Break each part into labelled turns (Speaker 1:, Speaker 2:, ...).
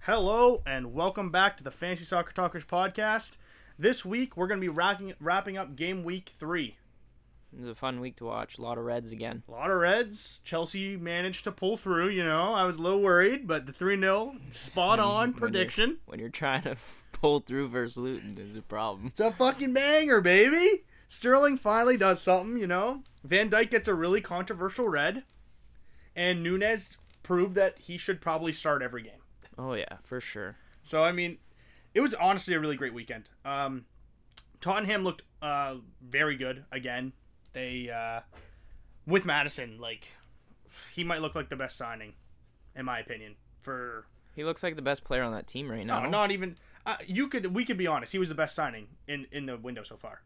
Speaker 1: Hello and welcome back to the Fantasy Soccer Talkers podcast. This week we're going to be wrapping, wrapping up game week three.
Speaker 2: It was a fun week to watch. A lot of Reds again.
Speaker 1: A lot of Reds. Chelsea managed to pull through, you know. I was a little worried, but the 3 0, spot on prediction.
Speaker 2: When you're trying to pull through versus Luton is a problem.
Speaker 1: It's a fucking banger, baby. Sterling finally does something, you know. Van Dyke gets a really controversial red, and Nunez proved that he should probably start every game.
Speaker 2: Oh, yeah, for sure.
Speaker 1: So I mean, it was honestly a really great weekend. Um, Tottenham looked uh, very good again. They uh, with Madison, like he might look like the best signing, in my opinion. For
Speaker 2: He looks like the best player on that team right now.
Speaker 1: no, not even uh, you could we could be honest. He was the best signing in in the window so far.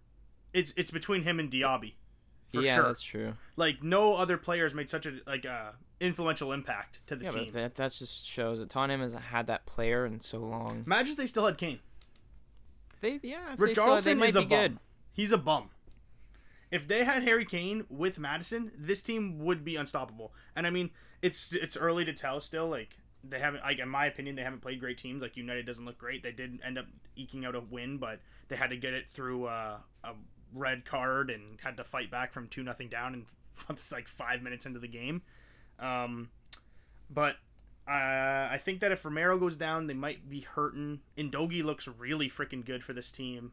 Speaker 1: It's it's between him and Diaby, for
Speaker 2: yeah,
Speaker 1: sure.
Speaker 2: that's true.
Speaker 1: Like no other players made such a like uh, influential impact to the
Speaker 2: Yeah,
Speaker 1: team.
Speaker 2: but that, that just shows that Tottenham hasn't had that player in so long.
Speaker 1: Imagine if they still had Kane.
Speaker 2: They, yeah, if they saw it, they
Speaker 1: Richarlison
Speaker 2: might
Speaker 1: is a
Speaker 2: be good.
Speaker 1: bum. He's a bum. If they had Harry Kane with Madison, this team would be unstoppable. And I mean, it's it's early to tell still. Like they haven't, like in my opinion, they haven't played great teams. Like United doesn't look great. They did end up eking out a win, but they had to get it through uh, a red card and had to fight back from two nothing down and it's like five minutes into the game. Um, but uh, I think that if Romero goes down, they might be hurting. Indogi looks really freaking good for this team.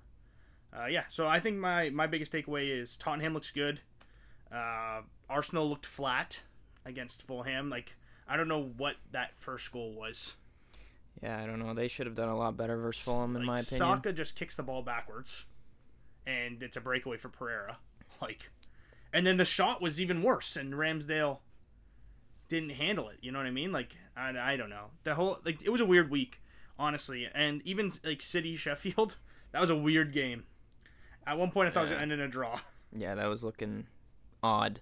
Speaker 1: Uh, yeah, so I think my, my biggest takeaway is Tottenham looks good. Uh, Arsenal looked flat against Fulham. Like I don't know what that first goal was.
Speaker 2: Yeah, I don't know. They should have done a lot better versus Fulham, in
Speaker 1: Like,
Speaker 2: my opinion.
Speaker 1: Saka just kicks the ball backwards, and it's a breakaway for Pereira. Like, and then the shot was even worse, and Ramsdale didn't handle it. You know what I mean? Like, I, I don't know. The whole like it was a weird week, honestly. And even like City Sheffield, that was a weird game. At one point, I thought it was
Speaker 2: Yeah.
Speaker 1: gonna end in a draw.
Speaker 2: Yeah, that was looking odd.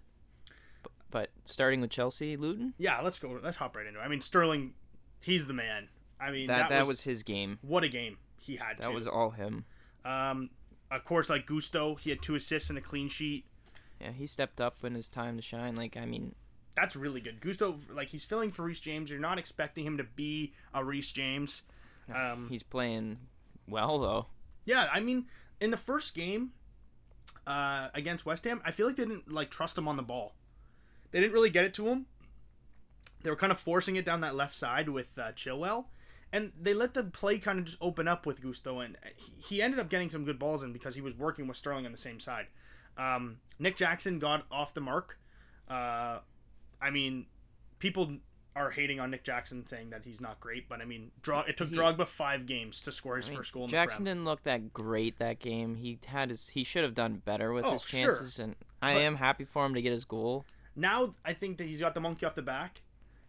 Speaker 2: But, but starting with Chelsea, Luton,
Speaker 1: Yeah, let's go. Let's hop right into it. I mean, Sterling, he's the man. I mean,
Speaker 2: that, that, was,
Speaker 1: was,
Speaker 2: his game.
Speaker 1: what a game he had.
Speaker 2: That
Speaker 1: too.
Speaker 2: was all him.
Speaker 1: um, of course, like Gusto, he had two assists and a clean sheet.
Speaker 2: Yeah, he stepped up when his time to shine. Like, I mean,
Speaker 1: that's really good. Gusto, like he's filling for Reese James. You're not expecting him to be a Reese James. Um,
Speaker 2: he's playing well, though.
Speaker 1: yeah, I mean, in the first game uh, against West Ham, I feel like they didn't like trust him on the ball. They didn't really get it to him. They were kind of forcing it down that left side with uh, Chilwell, and they let the play kind of just open up with Gusto, and he- he ended up getting some good balls in because he was working with Sterling on the same side. Um, Nick Jackson got off the mark. Uh, I mean, people are hating on Nick Jackson, saying that he's not great, but I mean, draw it took
Speaker 2: He-
Speaker 1: Drogba five games to score his
Speaker 2: I mean,
Speaker 1: first goal. In
Speaker 2: Jackson
Speaker 1: the Prem.
Speaker 2: didn't look that great that game. He had his he should have done better with
Speaker 1: Oh,
Speaker 2: his
Speaker 1: sure.
Speaker 2: chances and I
Speaker 1: But-
Speaker 2: am happy for him to get his goal.
Speaker 1: now I think that he's got the monkey off the back.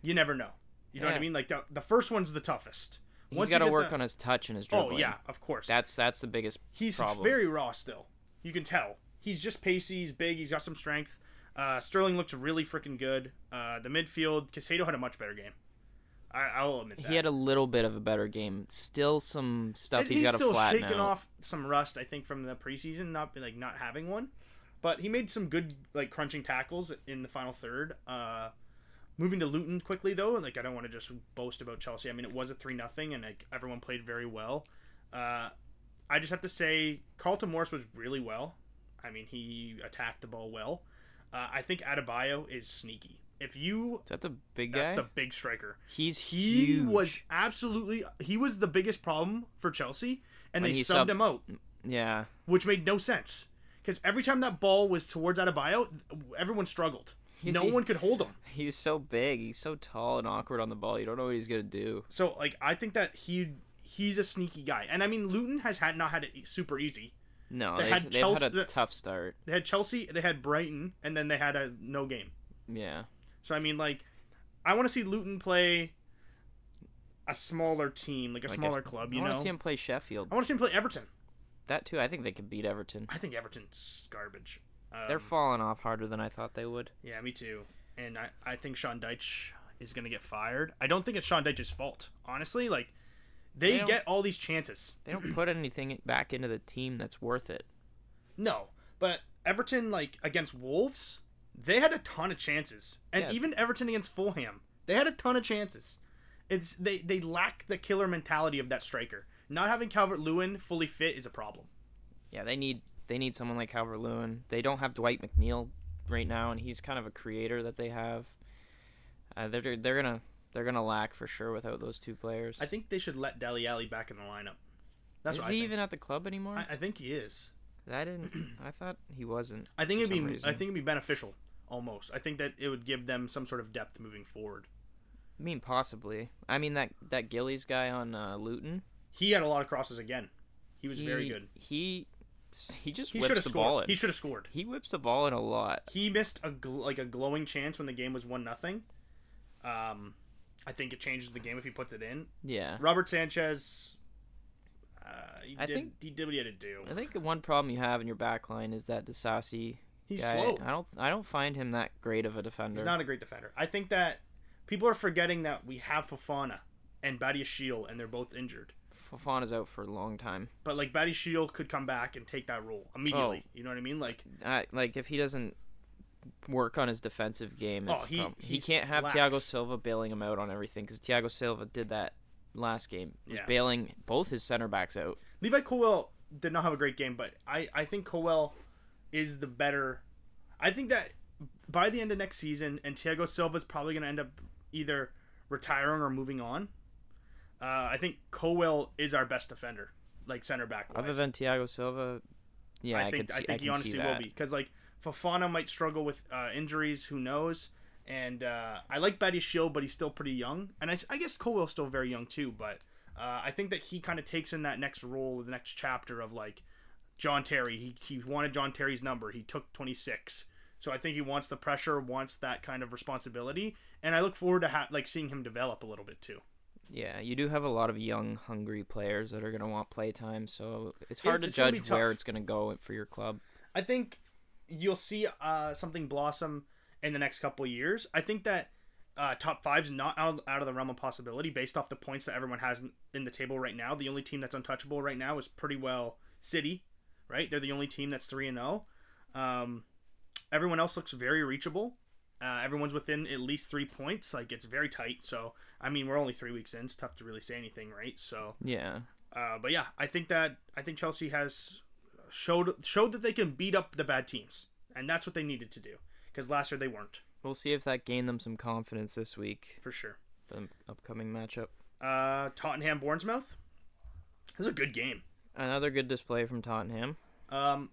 Speaker 1: You never know. You know what I
Speaker 2: Yeah.
Speaker 1: mean? Like the, the first one's the toughest.
Speaker 2: He's
Speaker 1: Once you
Speaker 2: got to
Speaker 1: get
Speaker 2: work
Speaker 1: the-
Speaker 2: on his touch and his dribbling.
Speaker 1: Oh yeah, of course.
Speaker 2: That's that's the biggest
Speaker 1: he's
Speaker 2: problem.
Speaker 1: very raw still. You can tell. He's just pacey. He's big. He's got some strength. Uh, Sterling looked really freaking good. Uh, the midfield, Casado had a much better game. I, I'll admit that.
Speaker 2: He had a little bit of a better game. Still some stuff
Speaker 1: And
Speaker 2: he's got to
Speaker 1: still
Speaker 2: flatten
Speaker 1: shaking
Speaker 2: out.
Speaker 1: off some rust, I think, from the preseason, not like not having one. But he made some good like crunching tackles in the final third. Uh, moving to Luton quickly though, like I don't want to just boast about Chelsea. I mean, it was a three nothing, and like everyone played very well. Uh, I just have to say, Carlton Morris was really well. I mean, he attacked the ball well. Uh, I think Adebayo is sneaky. If you,
Speaker 2: Is that the big guy?
Speaker 1: that's the big striker.
Speaker 2: He's
Speaker 1: He
Speaker 2: huge.
Speaker 1: was absolutely he was the biggest problem for Chelsea, and
Speaker 2: When
Speaker 1: they
Speaker 2: he
Speaker 1: subbed
Speaker 2: Mm. sub-
Speaker 1: him out,
Speaker 2: yeah.
Speaker 1: which made no sense. Because every time that ball was towards Adebayo, everyone struggled.
Speaker 2: He's-
Speaker 1: no
Speaker 2: he-
Speaker 1: one could hold him.
Speaker 2: He's so big. He's so tall and awkward on the ball. You don't know what he's gonna do.
Speaker 1: So like I think that he he's a sneaky guy, and I mean Luton has had not had it e- super easy.
Speaker 2: No,
Speaker 1: They
Speaker 2: they
Speaker 1: had
Speaker 2: have they've had
Speaker 1: Chelsea-
Speaker 2: a tough start.
Speaker 1: They had Chelsea, they had Brighton, and then they had a no game.
Speaker 2: Yeah.
Speaker 1: So I mean like I want to see Luton play a smaller team, like a
Speaker 2: Like,
Speaker 1: smaller club. You
Speaker 2: I
Speaker 1: know,
Speaker 2: want to see him play Sheffield.
Speaker 1: I want to see him play Everton.
Speaker 2: That too. I think they could beat Everton.
Speaker 1: I think Everton's garbage. Um,
Speaker 2: They're falling off harder than I thought they would.
Speaker 1: Yeah, me too. And I, I think Sean Deitch is going to get fired. I don't think it's Sean Deitch's fault, honestly. Like, they,
Speaker 2: They don't-
Speaker 1: get all these chances.
Speaker 2: They don't put anything back into the team that's worth it.
Speaker 1: No, but Everton, like, against Wolves, they had a ton of chances. And
Speaker 2: Yeah.
Speaker 1: even Everton against Fulham, they had a ton of chances. It's they they lack the killer mentality of that striker. Not having Calvert Lewin fully fit is a problem.
Speaker 2: Yeah, they need they need someone like Calvert Lewin. They don't have Dwight McNeil right now, and he's kind of a creator that they have. Uh, they're they're gonna they're gonna lack for sure without those two players.
Speaker 1: I think they should let Deli Alley back in the lineup. That's
Speaker 2: is
Speaker 1: what
Speaker 2: he
Speaker 1: I think.
Speaker 2: even at the club anymore?
Speaker 1: I, I think he is.
Speaker 2: I didn't. I thought he wasn't.
Speaker 1: I think
Speaker 2: for
Speaker 1: it'd be
Speaker 2: some reason.
Speaker 1: I think it'd be beneficial almost. I think that it would give them some sort of depth moving forward.
Speaker 2: I mean, possibly. I mean that that Gillies guy on uh, Luton.
Speaker 1: He had a lot of crosses again. He was very
Speaker 2: he-
Speaker 1: good.
Speaker 2: He he just
Speaker 1: He should
Speaker 2: whips
Speaker 1: have
Speaker 2: the ball
Speaker 1: scored.
Speaker 2: in.
Speaker 1: He should have scored.
Speaker 2: he whips the ball in a lot.
Speaker 1: He missed a gl- like a glowing chance when the game was one nothing. Um, I think it changes the game if he puts it in.
Speaker 2: Yeah.
Speaker 1: Robert Sanchez. Uh, he
Speaker 2: I
Speaker 1: did,
Speaker 2: think-
Speaker 1: he did what he had to do.
Speaker 2: I think the one problem you have in your back line is that Desasi
Speaker 1: He's
Speaker 2: guy.
Speaker 1: slow.
Speaker 2: I don't I don't find him that great of a defender.
Speaker 1: He's not a great defender. I think that people are forgetting that we have Fofana and Badiashile, and they're both injured.
Speaker 2: Fofana's out for a long time.
Speaker 1: But like Badiashile could come back and take that role immediately.
Speaker 2: Oh.
Speaker 1: You know what I mean? Like
Speaker 2: I, like if he doesn't work on his defensive game,
Speaker 1: Oh,
Speaker 2: it's a
Speaker 1: he-
Speaker 2: problem. he
Speaker 1: he's
Speaker 2: can't have
Speaker 1: lax.
Speaker 2: Thiago Silva bailing him out on everything because Thiago Silva did that last game. He was
Speaker 1: Yeah.
Speaker 2: bailing both his center backs out.
Speaker 1: Levi Cowell did not have a great game, but I, I think Cowell is the better. I think that by the end of next season, and Thiago Silva is probably going to end up either retiring or moving on. Uh, I think Cowell is our best defender, like center back.
Speaker 2: Other
Speaker 1: wise.
Speaker 2: than Thiago Silva, yeah, I,
Speaker 1: I think
Speaker 2: could see,
Speaker 1: think he
Speaker 2: can see
Speaker 1: honestly
Speaker 2: that.
Speaker 1: will be because like Fofana might struggle with uh, injuries. Who knows? And uh, I like Batty Shield, but he's still pretty young. And I, s- I guess Colwell's still very young too. But uh, I think that he kind of takes in that next role, the next chapter of like John Terry. He he wanted John Terry's number. He took twenty six. So I think he wants the pressure, wants that kind of responsibility, and I look forward to ha- like seeing him develop a little bit too.
Speaker 2: Yeah, you do have a lot of young, hungry players that are going to want play time, so it's
Speaker 1: Yeah,
Speaker 2: hard
Speaker 1: it's
Speaker 2: to
Speaker 1: gonna be
Speaker 2: judge where
Speaker 1: tough.
Speaker 2: it's going to go for your club.
Speaker 1: I think you'll see uh, something blossom in the next couple of years. I think that uh, top five's not out, out of the realm of possibility based off the points that everyone has in, in the table right now. The only team that's untouchable right now is pretty well City, right? They're the only team that's three and zero. Um, Everyone else looks very reachable. Uh, everyone's within at least three points. Like it's very tight. So I mean, we're only three weeks in. It's tough to really say anything, right? So
Speaker 2: Yeah,
Speaker 1: uh, but yeah, I think that I think Chelsea has showed showed that they can beat up the bad teams, and that's what they needed to do. Because last year they weren't
Speaker 2: we'll see if that gained them some confidence this week,
Speaker 1: for sure.
Speaker 2: the upcoming matchup.
Speaker 1: Uh, Tottenham Bournemouth. This is a good game.
Speaker 2: Another good display from Tottenham.
Speaker 1: Um,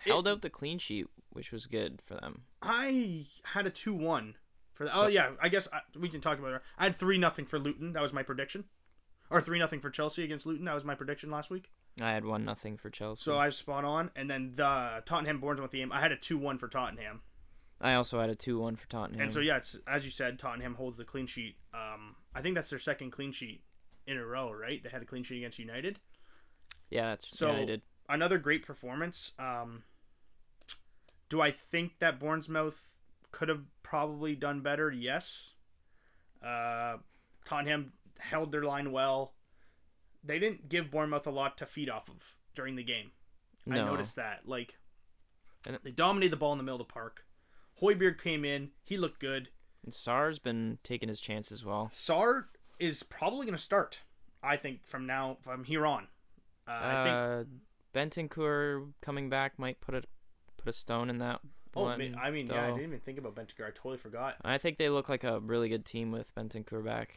Speaker 1: It-
Speaker 2: Held out the clean sheet, which was good for them.
Speaker 1: I had a two one for the. Oh yeah, I guess I, we can talk about it. I had three nothing for Luton. That was my prediction, or three nothing for Chelsea against Luton. That was my prediction last week.
Speaker 2: I had one nothing for Chelsea.
Speaker 1: So I was spot on. And then the Tottenham Bournemouth game, I had a two one for Tottenham.
Speaker 2: I also had a two one for Tottenham.
Speaker 1: And so yeah, it's as you said, Tottenham holds the clean sheet. Um, I think that's their second clean sheet in a row, right? They had a clean sheet against United.
Speaker 2: yeah, that's
Speaker 1: So-
Speaker 2: United.
Speaker 1: Another great performance. Um, do I think that Bournemouth could have probably done better? Yes. Uh, Tottenham held their line well. They didn't give Bournemouth a lot to feed off of during the game. I
Speaker 2: No.
Speaker 1: noticed that. Like,
Speaker 2: And-
Speaker 1: they dominated the ball in the middle of the park. Hoybeard came in. He looked good.
Speaker 2: And Sar's been taking his chance as well.
Speaker 1: Sar is probably going to start. I think from now from here on. Uh, I think.
Speaker 2: Uh, Bentancur coming back might put a put a stone in that.
Speaker 1: Oh,
Speaker 2: one,
Speaker 1: man, I mean, yeah, I
Speaker 2: though.
Speaker 1: didn't even think about Bentancur. I totally forgot.
Speaker 2: I think they look like a really good team with Bentancur back.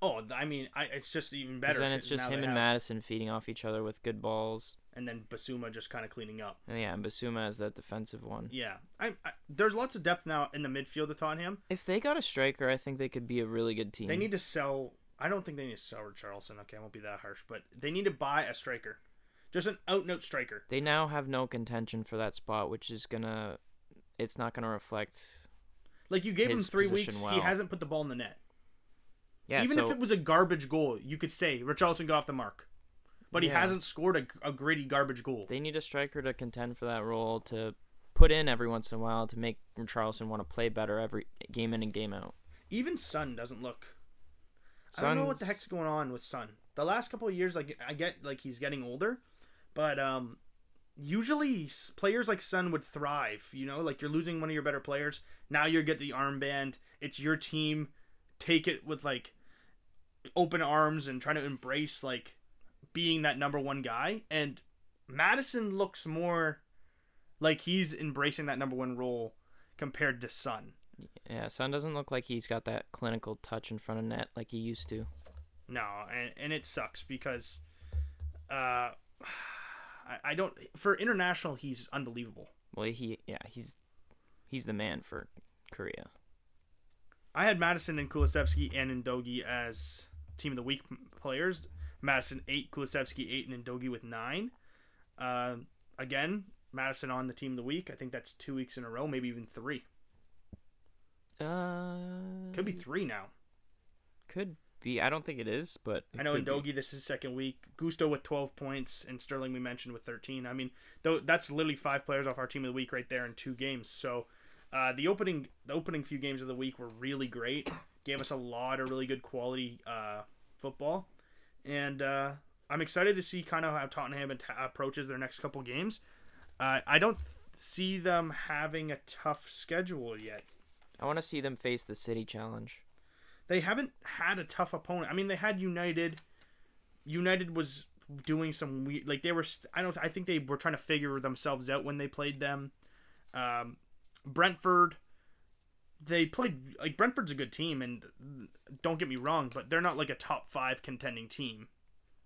Speaker 1: Oh, th- I mean, I, it's just even
Speaker 2: 'Cause
Speaker 1: better.
Speaker 2: Then
Speaker 1: 'cause
Speaker 2: it's just
Speaker 1: now
Speaker 2: him
Speaker 1: they have-
Speaker 2: and Madison feeding off each other with good balls.
Speaker 1: and then Basuma just kind of cleaning up.
Speaker 2: And yeah, and Basuma is that defensive one.
Speaker 1: Yeah, I, I there's lots of depth now in the midfield at Tottenham.
Speaker 2: If they got a striker, I think they could be a really good team.
Speaker 1: They need to sell. I don't think they need to sell Richarlison. Okay, I won't be that harsh, but they need to buy a striker, just an out and out striker.
Speaker 2: They now have no contention for that spot, which is gonna. It's not gonna reflect.
Speaker 1: Like you gave him
Speaker 2: His
Speaker 1: three
Speaker 2: position
Speaker 1: weeks, he
Speaker 2: well.
Speaker 1: hasn't put the ball in the net.
Speaker 2: Yeah.
Speaker 1: Even
Speaker 2: so,
Speaker 1: if it was a garbage goal, you could say Richarlison got off the mark, but he
Speaker 2: Yeah.
Speaker 1: hasn't scored a, a gritty garbage goal.
Speaker 2: They need a striker to contend for that role to put in every once in a while to make Charleston want to play better every game in and game out.
Speaker 1: Even Sun doesn't look. I don't know what the
Speaker 2: Son's-
Speaker 1: heck's going on with Sun. The last couple of years, like I get, like he's getting older, but um, usually s- players like Sun would thrive. You know, like you're losing one of your better players. Now you get the armband. It's your team. Take it with like open arms and trying to embrace like being that number one guy. And Madison looks more like he's embracing that number one role compared to Sun.
Speaker 2: Yeah, Son doesn't look like he's got that clinical touch in front of net like he used to.
Speaker 1: No, and, and it sucks because uh, I, I don't for international he's unbelievable.
Speaker 2: Well, he yeah he's he's the man for Korea.
Speaker 1: I had Madison and Kulisevsky and Ndogi as team of the week players. Madison eight, Kulisevsky eight, and Ndogi with nine. Uh, again, Madison on the team of the week. I think that's two weeks in a row, maybe even three.
Speaker 2: Uh,
Speaker 1: Could be three now.
Speaker 2: could be. I don't think it is, but it
Speaker 1: I know
Speaker 2: could be.
Speaker 1: Ndogi, this is his second week. Gusto with 12 points, and Sterling we mentioned with 13. I mean, though that's literally five players off our team of the week right there in two games. So uh, the opening the opening few games of the week were really great. Gave us a lot of really good quality uh, football, and uh, I'm excited to see kind of how Tottenham at- approaches their next couple games. Uh, I don't see them having a tough schedule yet.
Speaker 2: I want to see them face the City Challenge.
Speaker 1: they haven't had a tough opponent. I mean, they had United. United was doing some weird, like they were. st- I don't. I think they were trying to figure themselves out when they played them. Um, Brentford. They played like Brentford's a good team, and don't get me wrong, but they're not like a top five contending team.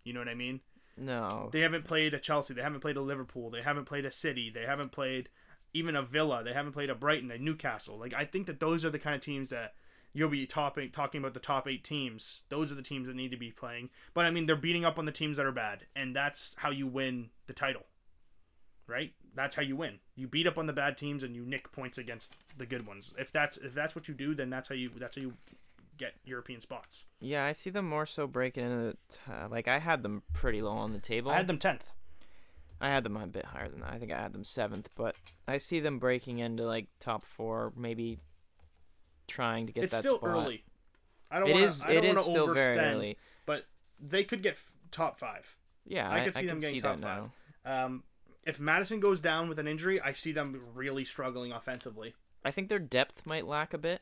Speaker 1: You know what I mean?
Speaker 2: No,
Speaker 1: They haven't played a Chelsea. They haven't played a Liverpool. They haven't played a City. They haven't played even a Villa. They haven't played a Brighton, a Newcastle. Like I think that those are the kind of teams that you'll be topping, talking about the top eight teams. Those are the teams that need to be playing. But I mean, they're beating up on the teams that are bad, and that's how you win the title, right? That's how you win. You beat up on the bad teams and you nick points against the good ones. If that's if that's what you do, then that's how you that's how you get European spots.
Speaker 2: yeah, I see them more so breaking into the t- uh, like I had them pretty low on the table.
Speaker 1: I had them tenth.
Speaker 2: I had them a bit higher than that. I think I had them seventh, but I see them breaking into like top four, maybe trying to get
Speaker 1: It's
Speaker 2: that
Speaker 1: still
Speaker 2: spot.
Speaker 1: early. I don't
Speaker 2: It
Speaker 1: wanna,
Speaker 2: is-
Speaker 1: I don't
Speaker 2: it is
Speaker 1: wanna
Speaker 2: still
Speaker 1: overspend,
Speaker 2: very early.
Speaker 1: But they could get f- top five.
Speaker 2: Yeah,
Speaker 1: I
Speaker 2: I,
Speaker 1: could see
Speaker 2: I
Speaker 1: them
Speaker 2: can
Speaker 1: getting
Speaker 2: see
Speaker 1: top
Speaker 2: that
Speaker 1: five.
Speaker 2: now.
Speaker 1: Um, if Madison goes down with an injury, I see them really struggling offensively.
Speaker 2: I think their depth might lack a bit.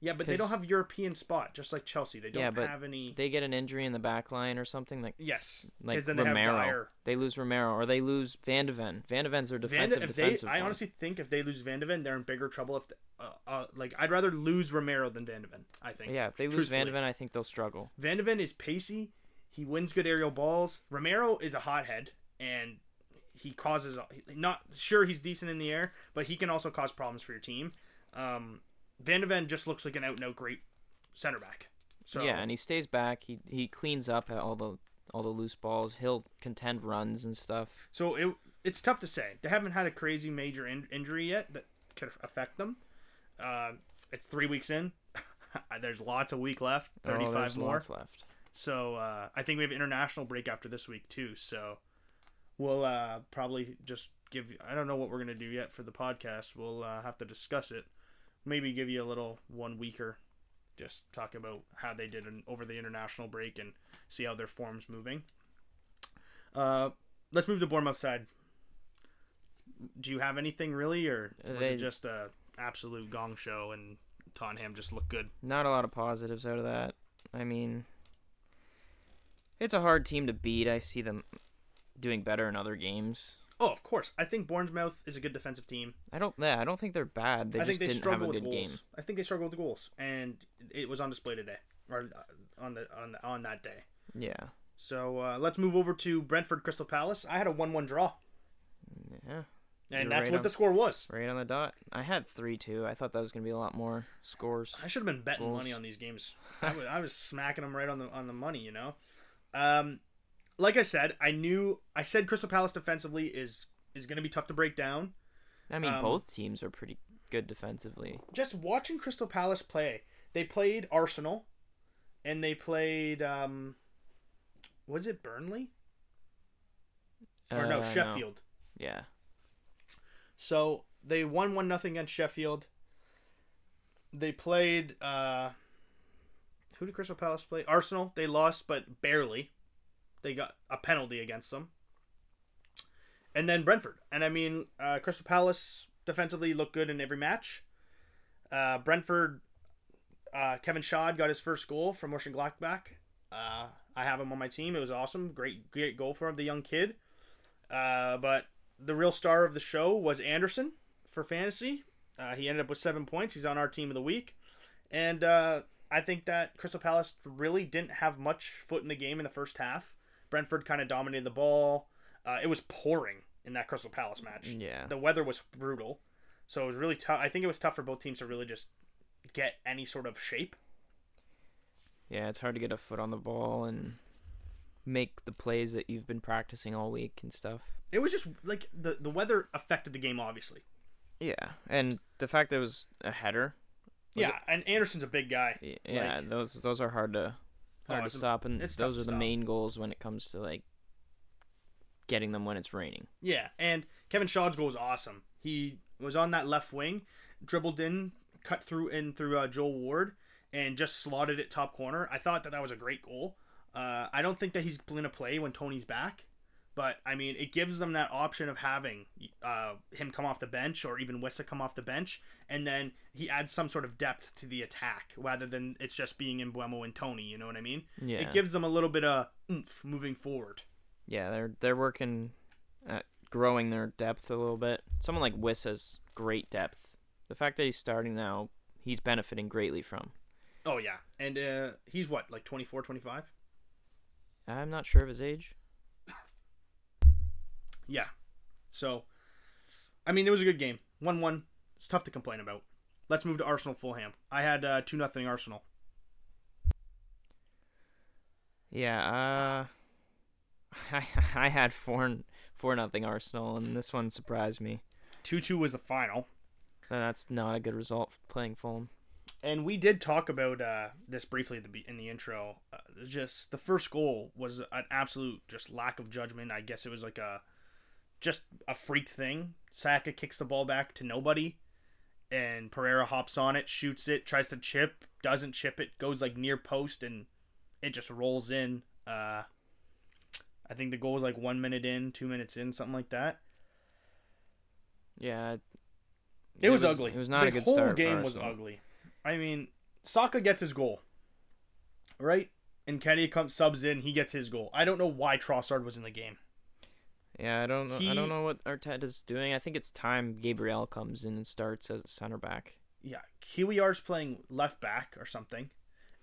Speaker 1: Yeah, but they don't
Speaker 2: 'Cause-
Speaker 1: have European spot, just like Chelsea. They don't
Speaker 2: Yeah, but
Speaker 1: have any.
Speaker 2: They get an injury in the back line or something like
Speaker 1: yes, because
Speaker 2: like
Speaker 1: then they
Speaker 2: Romero.
Speaker 1: have Dyer.
Speaker 2: They lose Romero or they lose Van de Ven. Van de Ven's their
Speaker 1: Van de-
Speaker 2: defensive
Speaker 1: if they,
Speaker 2: defensive.
Speaker 1: I
Speaker 2: line.
Speaker 1: honestly think if they lose Van de Ven, they're in bigger trouble. If uh, uh, like, I'd rather lose Romero than Van de Ven. I think.
Speaker 2: yeah, if they lose Van de
Speaker 1: truthfully.
Speaker 2: Ven, I think they'll struggle.
Speaker 1: Van de Ven is pacey. He wins good aerial balls. Romero is a hothead, and he causes not sure he's decent in the air, but he can also cause problems for your team. Um, Van de Ven just looks like an out and out great center back. So
Speaker 2: Yeah, and he stays back. He he cleans up at all the all the loose balls. He'll contend runs and stuff.
Speaker 1: so it it's tough to say. They haven't had a crazy major in- injury yet that could affect them. Uh, it's three weeks in. There's lots of week left.
Speaker 2: Oh,
Speaker 1: Thirty five
Speaker 2: there's
Speaker 1: more.
Speaker 2: lots left.
Speaker 1: So uh, I think we have international break after this week too. So we'll uh, probably just give. I don't know what we're gonna do yet for the podcast. We'll uh, have to discuss it. Maybe give you a little one weeker. Just talk about how they did in, over the international break and see how their form's moving. Uh, let's move to Bournemouth side. Do you have anything really, or was
Speaker 2: They-
Speaker 1: it just a absolute gong show and Tottenham just looked good?
Speaker 2: Not a lot of positives out of that. I mean, it's a hard team to beat. I see them doing better in other games.
Speaker 1: Oh, of course. I think Bournemouth is a good defensive team.
Speaker 2: I don't. Yeah, I don't think they're bad. They
Speaker 1: I think
Speaker 2: just
Speaker 1: they
Speaker 2: didn't have
Speaker 1: struggle
Speaker 2: a
Speaker 1: with
Speaker 2: good
Speaker 1: goals.
Speaker 2: game.
Speaker 1: I think they struggle with the goals, and it was on display today, or uh, on the on the, on that day.
Speaker 2: Yeah.
Speaker 1: So uh, let's move over to Brentford Crystal Palace. I had a one-one draw,
Speaker 2: Yeah.
Speaker 1: and
Speaker 2: You're
Speaker 1: that's
Speaker 2: right
Speaker 1: what
Speaker 2: on.
Speaker 1: the score was.
Speaker 2: Right on the dot. I had three two. I thought that was gonna be a lot more scores.
Speaker 1: I should have been betting money
Speaker 2: Goals.
Speaker 1: on these games. I was, I was smacking them right on the on the money, you know. Um, like I said, I knew I said Crystal Palace defensively is is going to be tough to break down.
Speaker 2: I mean,
Speaker 1: Um,
Speaker 2: both teams are pretty good defensively.
Speaker 1: just watching Crystal Palace play, they played Arsenal, and they played um, was it Burnley or
Speaker 2: Uh,
Speaker 1: no Sheffield?
Speaker 2: Yeah.
Speaker 1: So they won one nothing against Sheffield. They played uh, who did Crystal Palace play? Arsenal. They lost, but barely. They got a penalty against them. And then Brentford. And I mean, uh, Crystal Palace defensively looked good in every match. Uh, Brentford Uh, Kevin Shod got his first goal from Orson Glockback. Uh, I have him on my team. It was awesome. Great, great goal for him, the young kid. Uh, but the real star of the show was Anderson for fantasy. Uh, he ended up with seven points. He's on our team of the week. And uh, I think that Crystal Palace really didn't have much foot in the game in the first half. Brentford kind of dominated the ball. Uh, it was pouring in that Crystal Palace match.
Speaker 2: Yeah.
Speaker 1: The weather was brutal. So it was really tough. I think it was tough for both teams to really just get any sort of shape.
Speaker 2: Yeah, it's hard to get a foot on the ball and make the plays that you've been practicing all week and stuff.
Speaker 1: It was just like the, the weather affected the game, obviously.
Speaker 2: Yeah, and the fact that it was a header.
Speaker 1: yeah, and Anderson's a big guy.
Speaker 2: y- Yeah,
Speaker 1: Like- Oh,
Speaker 2: those those are hard to hard to
Speaker 1: it's a-
Speaker 2: stop, and
Speaker 1: it's tough
Speaker 2: those are
Speaker 1: to
Speaker 2: the
Speaker 1: stop.
Speaker 2: main goals when it comes to like getting them when it's raining.
Speaker 1: Yeah, and Kevin Shaw's goal was awesome. He was on that left wing, dribbled in, cut through in through uh, Joel Ward, and just slotted it top corner. I thought that that was a great goal. Uh, I don't think that he's going to play when Tony's back, but I mean, it gives them that option of having uh, him come off the bench or even Wissa come off the bench, and then he adds some sort of depth to the attack rather than it's just being in Buemo and Tony. You know what I mean?
Speaker 2: Yeah,
Speaker 1: It gives them a little bit of oomph moving forward.
Speaker 2: yeah, they're they're working at growing their depth a little bit. Someone like Wiss has great depth. The fact that he's starting now, he's benefiting greatly from.
Speaker 1: Oh yeah, and uh, he's what like 24, 25?
Speaker 2: I'm not sure of his age.
Speaker 1: Yeah. So, I mean, it was a good game. One-one. It's tough to complain about. Let's move to Arsenal Fulham. I had uh, two nothing Arsenal.
Speaker 2: Yeah, uh, I I had four four nothing Arsenal, and this one surprised me.
Speaker 1: Two-two was the final,
Speaker 2: That's not a good result for playing Fulham.
Speaker 1: and we did talk about uh, this briefly at the, be- in the intro. Uh, just the first goal was an absolute just lack of judgment. I guess it was like a just a freak thing. Saka kicks the ball back to nobody, and Pereira hops on it, shoots it, tries to chip, doesn't chip it, goes like near post, and it just rolls in. Uh, I think the goal was like one minute in, two minutes in, something like that.
Speaker 2: Yeah, it,
Speaker 1: It, was, ugly.
Speaker 2: It was not
Speaker 1: the
Speaker 2: a good
Speaker 1: whole
Speaker 2: start. for
Speaker 1: game was
Speaker 2: Arsenal.
Speaker 1: ugly. I mean, Saka gets his goal, right? And Kenny comes subs in. He gets his goal. I don't know why Trossard was in the game.
Speaker 2: Yeah, I don't know. I
Speaker 1: He-
Speaker 2: don't know what Arteta's doing. I think it's time Gabriel comes in and starts as a center back.
Speaker 1: Yeah, QER's playing left back or something,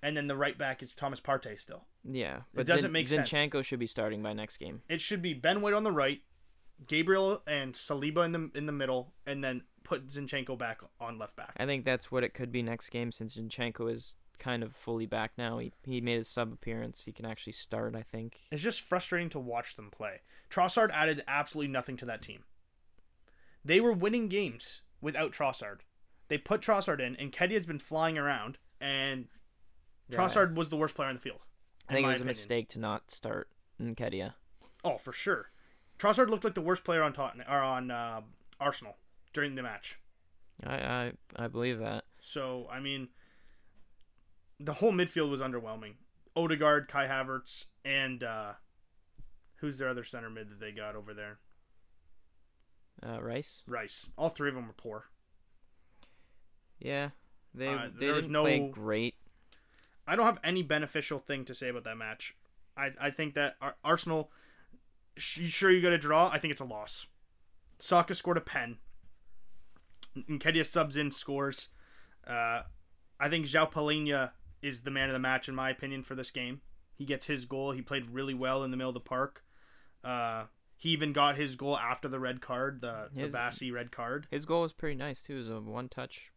Speaker 1: and then the right back is Thomas Partey still.
Speaker 2: Yeah, but
Speaker 1: doesn't
Speaker 2: Zin-
Speaker 1: make sense.
Speaker 2: Zinchenko should be starting by next game.
Speaker 1: It should be Ben White on the right, Gabriel and Saliba in the in the middle, and then put Zinchenko back on left back.
Speaker 2: I think that's what it could be next game since Zinchenko is kind of fully back now. He he made his sub appearance. He can actually start. I think.
Speaker 1: It's just frustrating to watch them play. Trossard added absolutely nothing to that team. They were winning games without Trossard. They put Trossard in, and Keddie has been flying around, and Trossard was the worst player on the field.
Speaker 2: I
Speaker 1: in
Speaker 2: think it
Speaker 1: my
Speaker 2: was a
Speaker 1: opinion.
Speaker 2: mistake to not start Nkedia.
Speaker 1: Oh, for sure. Trossard looked like the worst player on Tottenham or on uh, Arsenal during the match.
Speaker 2: I, I I believe that.
Speaker 1: So I mean, the whole midfield was underwhelming. Odegaard, Kai Havertz, and uh, who's their other center mid that they got over there?
Speaker 2: Uh, Rice.
Speaker 1: Rice. All three of them were poor.
Speaker 2: Yeah, they
Speaker 1: Uh,
Speaker 2: they
Speaker 1: there was
Speaker 2: didn't play
Speaker 1: no-
Speaker 2: great.
Speaker 1: I don't have any beneficial thing to say about that match. I, I think that Ar- Arsenal, sh- you sure you got a draw? I think it's a loss. Saka scored a pen. Nkedia subs in, scores. Uh, I think João Palinha is the man of the match, in my opinion, for this game. He gets his goal. He played really well in the middle of the park. Uh, he even got his goal after the red card, the,
Speaker 2: His-
Speaker 1: the Bassi red card.
Speaker 2: His goal was pretty nice too. It was a one touch,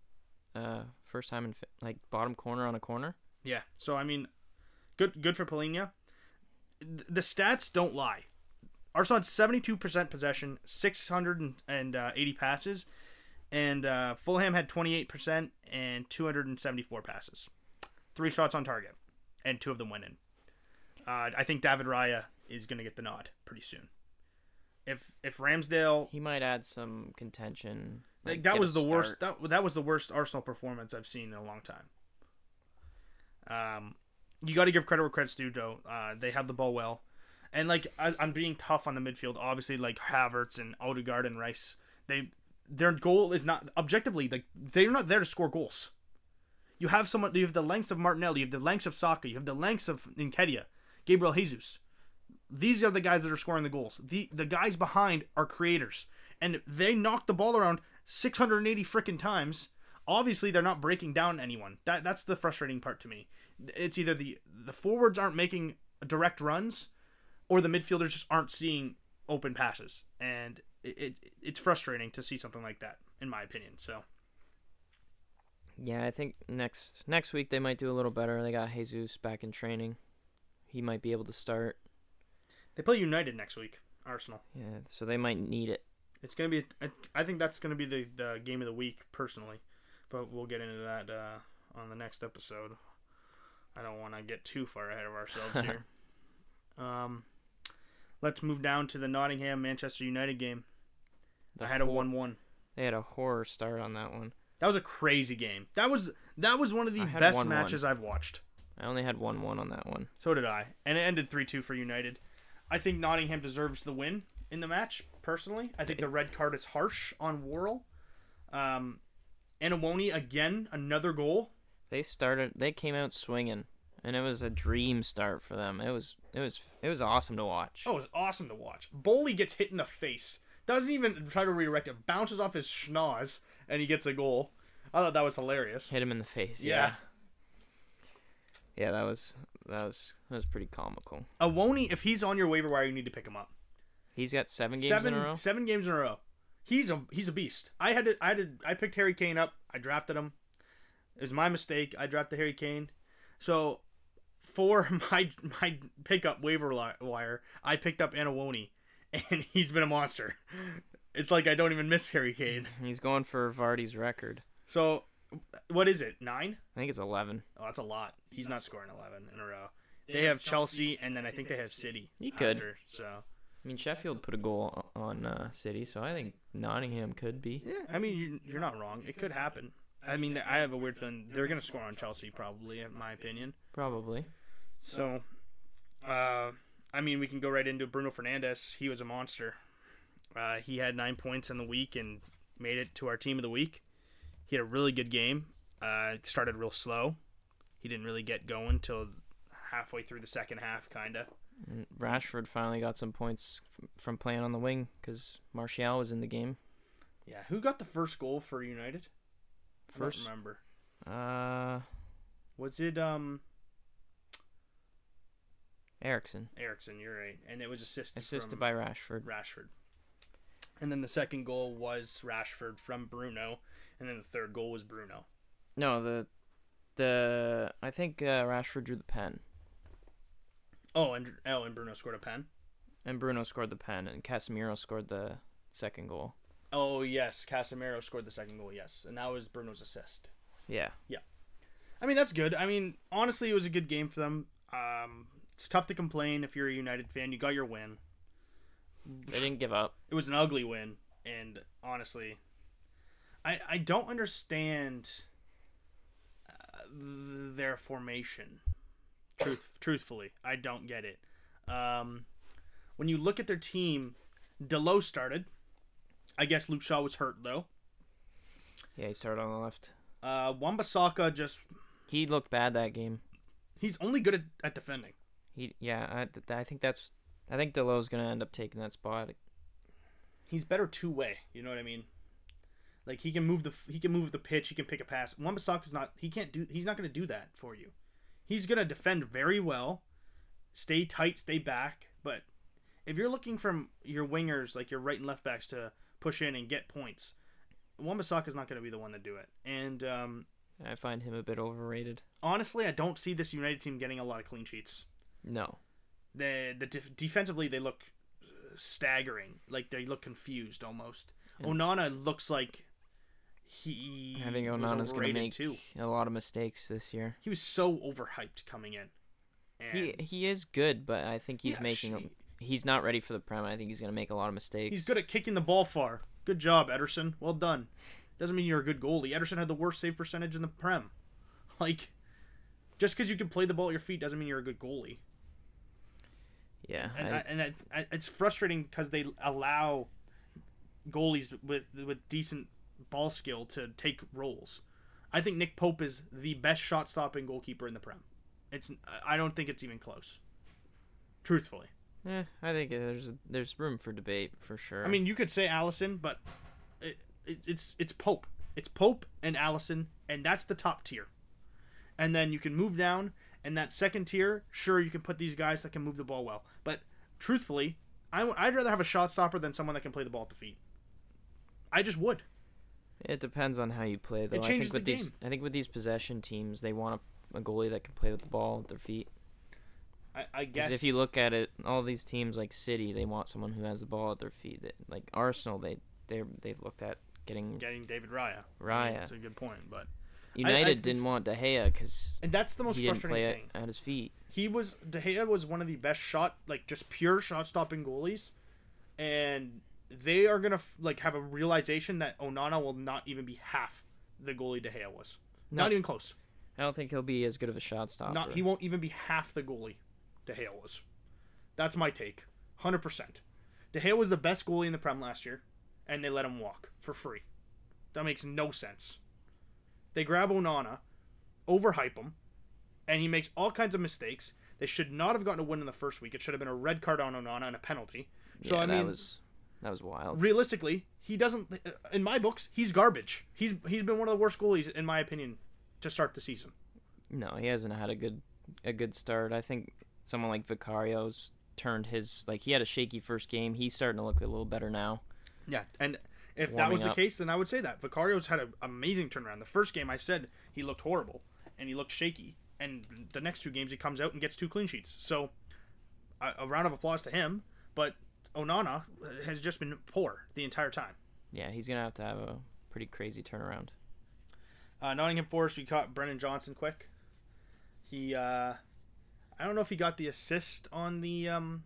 Speaker 2: uh, first time in fi- like bottom corner on a corner.
Speaker 1: Yeah. So I mean, good good for Polina. The stats don't lie. Arsenal had seventy two percent possession, six hundred and uh, eighty passes, and uh, Fulham had twenty eight percent and two hundred and seventy four passes, three shots on target, and two of them went in. Uh, I think David Raya is going to get the nod pretty soon. If if Ramsdale
Speaker 2: He might add some contention.
Speaker 1: like,
Speaker 2: like,
Speaker 1: that
Speaker 2: get a
Speaker 1: was the worst.
Speaker 2: start.
Speaker 1: That that was the worst Arsenal performance I've seen in a long time. Um, you got to give credit where credit's due, though. Uh, they had the ball well, and like I, I'm being tough on the midfield. Obviously, like Havertz and Odegaard and Rice, they their goal is not objectively like they're not there to score goals. You have someone. You have the lengths of Martinelli. You have the lengths of Saka. You have the lengths of Nkedia, Gabriel Jesus. These are the guys that are scoring the goals. The the guys behind are creators, and they knock the ball around 680 freaking times. Obviously, they're not breaking down anyone. That that's the frustrating part to me. It's either the the forwards aren't making direct runs, or the midfielders just aren't seeing open passes, and it, it it's frustrating to see something like that, in my opinion. So
Speaker 2: Yeah, I think next next week they might do a little better. They got Jesus back in training. He might be able to start.
Speaker 1: they play United next week, Arsenal.
Speaker 2: Yeah, so they might need it.
Speaker 1: It's gonna be. I- I think that's gonna be the, the game of the week personally, but we'll get into that uh, on the next episode. I don't want to get too far ahead of ourselves here. um, let's move down to the Nottingham Manchester United game.
Speaker 2: The
Speaker 1: I had a
Speaker 2: hor-
Speaker 1: one-one.
Speaker 2: They had a horror start on that one.
Speaker 1: That was a crazy game. That was that was one of the
Speaker 2: I had
Speaker 1: best
Speaker 2: 1-1.
Speaker 1: matches I've watched.
Speaker 2: I only had one one on that one.
Speaker 1: So did I, and it ended three-two for United. I think Nottingham deserves the win in the match. Personally, I think the red card is harsh on Worrell. Um, Anawoni again, another goal.
Speaker 2: They started. They came out swinging, and it was a dream start for them. It was. It was. It was awesome to watch.
Speaker 1: Oh, it was awesome to watch. Boley gets hit in the face. Doesn't even try to redirect it. Bounces off his schnoz, and he gets a goal. I thought that was hilarious.
Speaker 2: Hit him in the face.
Speaker 1: Yeah.
Speaker 2: Yeah. Yeah, that was that was that was pretty comical.
Speaker 1: Awoni, if he's on your waiver wire, you need to pick him up.
Speaker 2: He's got seven games
Speaker 1: seven
Speaker 2: in a row.
Speaker 1: seven games in a row. He's a he's a beast. I had to I had to, I picked Harry Kane up. I drafted him. It was my mistake. I drafted Harry Kane. So for my my pickup waiver li- wire, I picked up Anawoni, and he's been a monster. It's like I don't even miss Harry Kane.
Speaker 2: He's going for Vardy's record.
Speaker 1: So what is it? Nine?
Speaker 2: I think it's eleven.
Speaker 1: Oh, that's a lot. He's not scoring eleven in a row. They have Chelsea, and then I think they have City.
Speaker 2: He could.
Speaker 1: after, so
Speaker 2: I mean, Sheffield put a goal o- on uh, City, so I think Nottingham could be.
Speaker 1: Yeah, I mean, you- you're not wrong. It could happen. I mean, I have a weird feeling they're going to score on Chelsea, probably, in my opinion.
Speaker 2: Probably.
Speaker 1: So, uh, I mean, we can go right into Bruno Fernandez. He was a monster. Uh, he had nine points in the week and made it to our team of the week. He had a really good game. Uh, it started real slow. He didn't really get going till halfway through the second half, kind of.
Speaker 2: And Rashford finally got some points f- from playing on the wing because Martial was in the game.
Speaker 1: Yeah, who got the first goal for United? First,
Speaker 2: First-
Speaker 1: remember.
Speaker 2: Uh,
Speaker 1: Was it um
Speaker 2: Erickson
Speaker 1: Erickson? You're right, and it was assisted.
Speaker 2: assisted
Speaker 1: from-
Speaker 2: by Rashford.
Speaker 1: Rashford. And then the second goal was Rashford from Bruno, and then the third goal was Bruno.
Speaker 2: No, the the I think uh, Rashford drew the pen,
Speaker 1: Oh, and oh, and Bruno scored a pen.
Speaker 2: and Bruno scored the pen, and Casemiro scored the second goal.
Speaker 1: Oh yes, Casemiro scored the second goal. Yes, and that was Bruno's assist.
Speaker 2: Yeah,
Speaker 1: I mean, that's good. I mean, honestly, it was a good game for them. Um, it's tough to complain if you're a United fan. You got your win.
Speaker 2: they didn't give up.
Speaker 1: It was an ugly win, and honestly, I I don't understand uh, their formation. Truth, truthfully, I don't get it. Um, when you look at their team, Delo started. I guess Luke Shaw was hurt though.
Speaker 2: Yeah, he started on the left.
Speaker 1: Uh, Wambasaka just
Speaker 2: He looked bad that game.
Speaker 1: he's only good at, at defending.
Speaker 2: He yeah, I, th- I think that's I think Delo's gonna end up taking that spot.
Speaker 1: He's better two way. You know what I mean? Like he can move the he can move the pitch. He can pick a pass. Wambasaka's not he can't do he's not going to do that for you. He's going to defend very well, stay tight, stay back. But if you're looking from your wingers, like your right and left backs, to push in and get points, Wambasaka's not going to be the one to do it. And um,
Speaker 2: I find him a bit overrated.
Speaker 1: honestly, I don't see this United team getting a lot of clean sheets.
Speaker 2: No,
Speaker 1: They the def- defensively they look uh, staggering, like they look confused almost. Onana looks like he
Speaker 2: I think
Speaker 1: was
Speaker 2: Onana's gonna
Speaker 1: overrated,
Speaker 2: make a lot of mistakes this year.
Speaker 1: He was so overhyped coming in. And
Speaker 2: He he is good, but I think he's
Speaker 1: Yeah,
Speaker 2: making.
Speaker 1: she-
Speaker 2: He's not ready for the prem. I think he's gonna make a lot of mistakes.
Speaker 1: he's good at kicking the ball far. Good job, Ederson. Well done. Doesn't mean you're a good goalie. Ederson had the worst save percentage in the prem. Like, just because you can play the ball at your feet doesn't mean you're a good goalie.
Speaker 2: Yeah,
Speaker 1: and
Speaker 2: I-
Speaker 1: I, and I, I, it's frustrating because they allow goalies with with decent ball skill to take roles. I think Nick Pope is the best shot stopping goalkeeper in the Prem. It's I don't think it's even close. Truthfully,
Speaker 2: Yeah, eh, I think there's there's room for debate for sure.
Speaker 1: I mean you could say Allison, but it, it, it's it's Pope. It's Pope and Allison, and that's the top tier. And then you can move down, and that second tier, sure you can put these guys that can move the ball well. But truthfully, I, would rather have a shot stopper than someone that can play the ball at the feet. I just would.
Speaker 2: it depends on how you play though. I
Speaker 1: changes
Speaker 2: think with
Speaker 1: the
Speaker 2: these I think with these possession teams, they want a, a goalie that can play with the ball with their feet.
Speaker 1: I, I
Speaker 2: 'Cause
Speaker 1: guess
Speaker 2: if you look at it, all these teams like City, they want someone who has the ball at their feet. That, like Arsenal, they they they've looked at getting
Speaker 1: getting David Raya.
Speaker 2: Raya.
Speaker 1: That's a good point, but
Speaker 2: United
Speaker 1: think
Speaker 2: didn't
Speaker 1: s-
Speaker 2: want De Gea because
Speaker 1: and that's the most
Speaker 2: he didn't play
Speaker 1: frustrating
Speaker 2: it
Speaker 1: thing.
Speaker 2: at his feet.
Speaker 1: He was De Gea was one of the best shot, like just pure shot stopping goalies, and they are gonna f- like have a realization that Onana will not even be half the goalie De Gea was.
Speaker 2: No.
Speaker 1: Not even close.
Speaker 2: I don't think he'll be as good of a shot stopper.
Speaker 1: Not he won't even be half the goalie De Gea was. That's my take, hundred percent. De Gea was the best goalie in the Prem last year, and they let him walk for free. That makes no sense. They grab Onana, overhype him, and he makes all kinds of mistakes. They should not have gotten a win in the first week. It should have been a red card on Onana and a penalty. So
Speaker 2: yeah,
Speaker 1: I
Speaker 2: that
Speaker 1: mean,
Speaker 2: was that was wild.
Speaker 1: realistically, he doesn't. uh, In my books, he's garbage. He's he's been one of the worst goalies in my opinion to start the season.
Speaker 2: No, he hasn't had a good a good start. I think someone like Vicario's turned his like he had a shaky first game. He's starting to look a little better now.
Speaker 1: Yeah, and if that
Speaker 2: Warming
Speaker 1: was the
Speaker 2: up.
Speaker 1: case, then I would say that Vicario's had an amazing turnaround. The first game, I said he looked horrible and he looked shaky, and the next two games he comes out and gets two clean sheets. So a, a round of applause to him. But Onana uh, has just been poor the entire time.
Speaker 2: Yeah, he's gonna have to have a pretty crazy turnaround.
Speaker 1: Uh, Nottingham Forest, we caught Brennan Johnson quick. He, uh, I don't know if he got the assist on the um,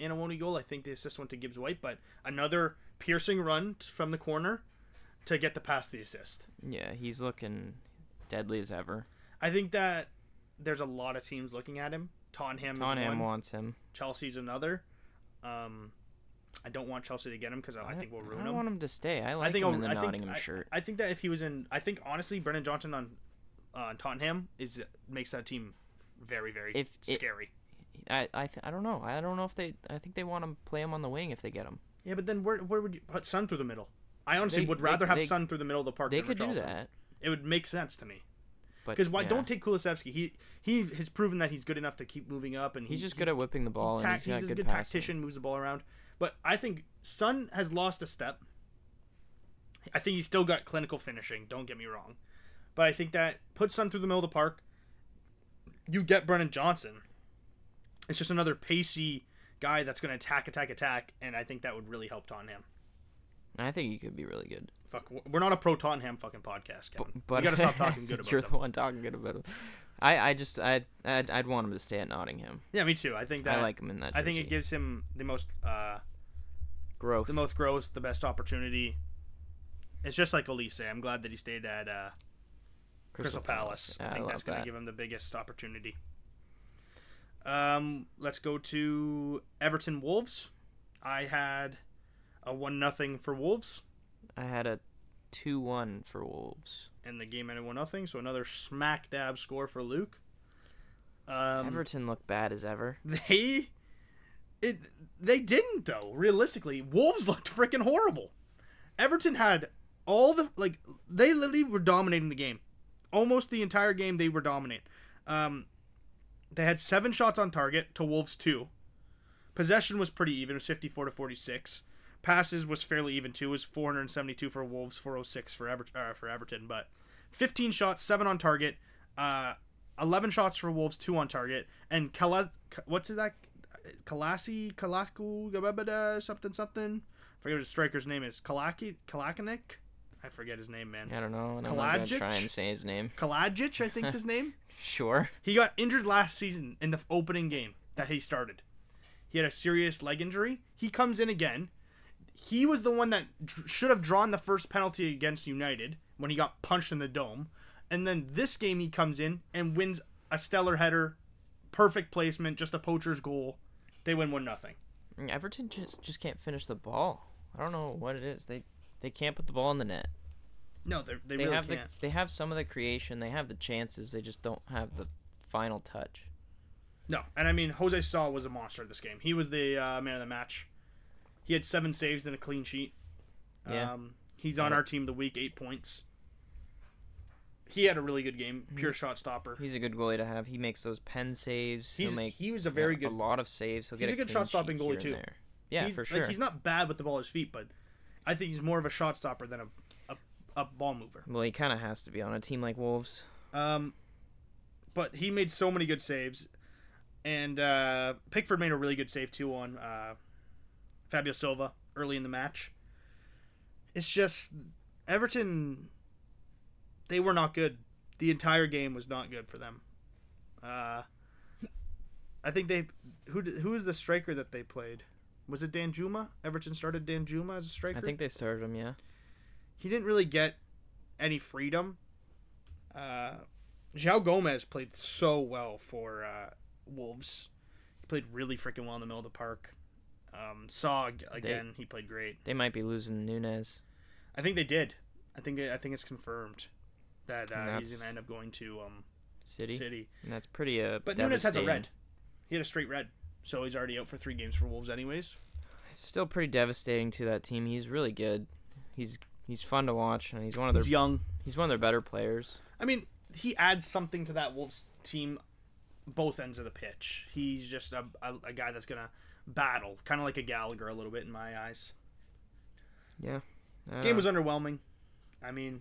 Speaker 1: Anawoni goal. I think the assist went to Gibbs White, but another piercing run t- from the corner to get the pass, the assist.
Speaker 2: Yeah, he's looking deadly as ever.
Speaker 1: I think that there's a lot of teams looking at him. Tottenham, is
Speaker 2: Tottenham
Speaker 1: one,
Speaker 2: wants him.
Speaker 1: Chelsea's another. Um, I don't want Chelsea to get him because I, I think we'll ruin
Speaker 2: I
Speaker 1: him.
Speaker 2: want him to stay. I like
Speaker 1: I think
Speaker 2: him
Speaker 1: I'll-
Speaker 2: in the
Speaker 1: I think-
Speaker 2: Nottingham
Speaker 1: I-
Speaker 2: shirt.
Speaker 1: I think that if he was in, I think honestly, Brennan Johnson on uh, Tottenham is makes that team very very
Speaker 2: If it-
Speaker 1: scary.
Speaker 2: I I, th- I don't know. I don't know if they. I think they want to play him on the wing if they get him.
Speaker 1: yeah, but then where where would you put Sun through the middle? I honestly
Speaker 2: They-
Speaker 1: would
Speaker 2: they-
Speaker 1: rather have
Speaker 2: they-
Speaker 1: Sun through the middle of the park.
Speaker 2: They
Speaker 1: than
Speaker 2: could do
Speaker 1: Richarlison.
Speaker 2: that.
Speaker 1: It would make sense to me
Speaker 2: But
Speaker 1: because why
Speaker 2: yeah.
Speaker 1: don't take Kulisevsky? He he has proven that he's good enough to keep moving up, and
Speaker 2: He's
Speaker 1: he-
Speaker 2: just
Speaker 1: he
Speaker 2: good at whipping the ball and
Speaker 1: tac-
Speaker 2: he's got
Speaker 1: a
Speaker 2: good,
Speaker 1: good
Speaker 2: passing.
Speaker 1: tactician, moves the ball around. But I think Sun has lost a step. I think he's still got clinical finishing. Don't get me wrong, but I think that put Sun through the middle of the park. You get Brennan Johnson. It's just another pacey guy that's going to attack, attack, attack, and I think that would really help Tottenham.
Speaker 2: I think he could be really good.
Speaker 1: Fuck, we're not a pro Tottenham fucking podcast, Kevin.
Speaker 2: But
Speaker 1: we got to stop talking
Speaker 2: I
Speaker 1: good
Speaker 2: think
Speaker 1: about
Speaker 2: You're
Speaker 1: them.
Speaker 2: the one talking good about him. I, I just I I'd, I'd want him to stay at Nottingham.
Speaker 1: Yeah, me too. I think that
Speaker 2: I like him in that.
Speaker 1: I think it
Speaker 2: gives
Speaker 1: gives him the most. Uh,
Speaker 2: growth.
Speaker 1: the most growth, the best opportunity. It's just like Elise. I'm glad that he stayed at uh, Crystal, Palace.
Speaker 2: Yeah,
Speaker 1: I think
Speaker 2: love
Speaker 1: that's going to
Speaker 2: that.
Speaker 1: give him the biggest opportunity. Um, let's go to Everton Wolves. I had a one nothing for Wolves,
Speaker 2: I had a two one for Wolves.
Speaker 1: and the game ended one nothing. So another smack dab score for Luke. Um,
Speaker 2: Everton look bad as ever.
Speaker 1: they it they didn't though realistically wolves looked freaking horrible everton had all the like they literally were dominating the game almost the entire game they were dominant um they had seven shots on target to wolves two possession was pretty even it was 54 to 46 passes was fairly even too it was 472 for wolves 406 for, Ever- uh, for everton but 15 shots 7 on target uh 11 shots for Wolves, 2 on target. And Kala, what's that? Kalasi, Kalaku, Gababada, something, something. I forget what his striker's name is. Kalaki, Kalakinic? I forget his name, man.
Speaker 2: I don't know. And I'm not gonna try
Speaker 1: Kalajic?
Speaker 2: and say his name.
Speaker 1: Kalajic, I think's his name.
Speaker 2: Sure.
Speaker 1: He got injured last season in the opening game that he started. He had a serious leg injury. He comes in again. He was the one that dr- should have drawn the first penalty against United when he got punched in the dome. And then this game he comes in and wins a stellar header, perfect placement, just a poacher's goal. They win one nothing.
Speaker 2: And Everton just just can't finish the ball. I don't know what it is. They they can't put the ball in the net.
Speaker 1: No, they're- they
Speaker 2: They
Speaker 1: really
Speaker 2: have
Speaker 1: can't.
Speaker 2: the they have some of the creation. They have the chances. They just don't have the final touch.
Speaker 1: No, and I mean Jose Saul was a monster in this game. He was the uh, man of the match. He had seven saves and a clean sheet.
Speaker 2: Yeah.
Speaker 1: Um, he's on
Speaker 2: Yeah.
Speaker 1: our team the week, eight points. He had a really good game,
Speaker 2: Mm-hmm.
Speaker 1: pure shot stopper.
Speaker 2: He's a good goalie to have. He makes those pen saves.
Speaker 1: He's
Speaker 2: He'll make
Speaker 1: he was a very
Speaker 2: a
Speaker 1: good.
Speaker 2: lot of saves. He'll get
Speaker 1: he's a good
Speaker 2: clean
Speaker 1: shot stopping goalie,
Speaker 2: sheet here and
Speaker 1: too.
Speaker 2: there. Yeah,
Speaker 1: he's-
Speaker 2: for sure.
Speaker 1: Like he's not bad with the ball at his feet, but I think he's more of a shot stopper than a a, a ball mover.
Speaker 2: Well, he kind of has to be on a team like Wolves.
Speaker 1: Um, but he made so many good saves, and uh, Pickford made a really good save too on uh, Fabio Silva early in the match. It's just Everton. They were not good. The entire game was not good for them. Uh, I think they who d- who is the striker that they played? Was it Dan Juma? Everton started Dan Juma as a striker
Speaker 2: I think they served him. Yeah.
Speaker 1: he didn't really get any freedom. Uh, Zhao Gomez played so well for uh, Wolves. He played really freaking well in the middle of the park. Um, Saw ag- again, he played great.
Speaker 2: They might be losing Nunez.
Speaker 1: I think they did. I think I think it's confirmed that
Speaker 2: And
Speaker 1: uh, he's
Speaker 2: that's-
Speaker 1: gonna end up going to um,
Speaker 2: City.
Speaker 1: City.
Speaker 2: And that's pretty. Uh,
Speaker 1: But Nunes has a
Speaker 2: devastating.
Speaker 1: red. He had a straight red, so he's already out for three games for Wolves, anyways.
Speaker 2: It's still pretty devastating to that team. He's really good. He's he's fun to watch, and he's one of their
Speaker 1: He's young.
Speaker 2: he's one of their better players.
Speaker 1: I mean, he adds something to that Wolves team, both ends of the pitch. He's just a, a, a guy that's gonna battle, kind of like a Gallagher a little bit in my eyes.
Speaker 2: Yeah. Uh,
Speaker 1: Game was underwhelming. I mean,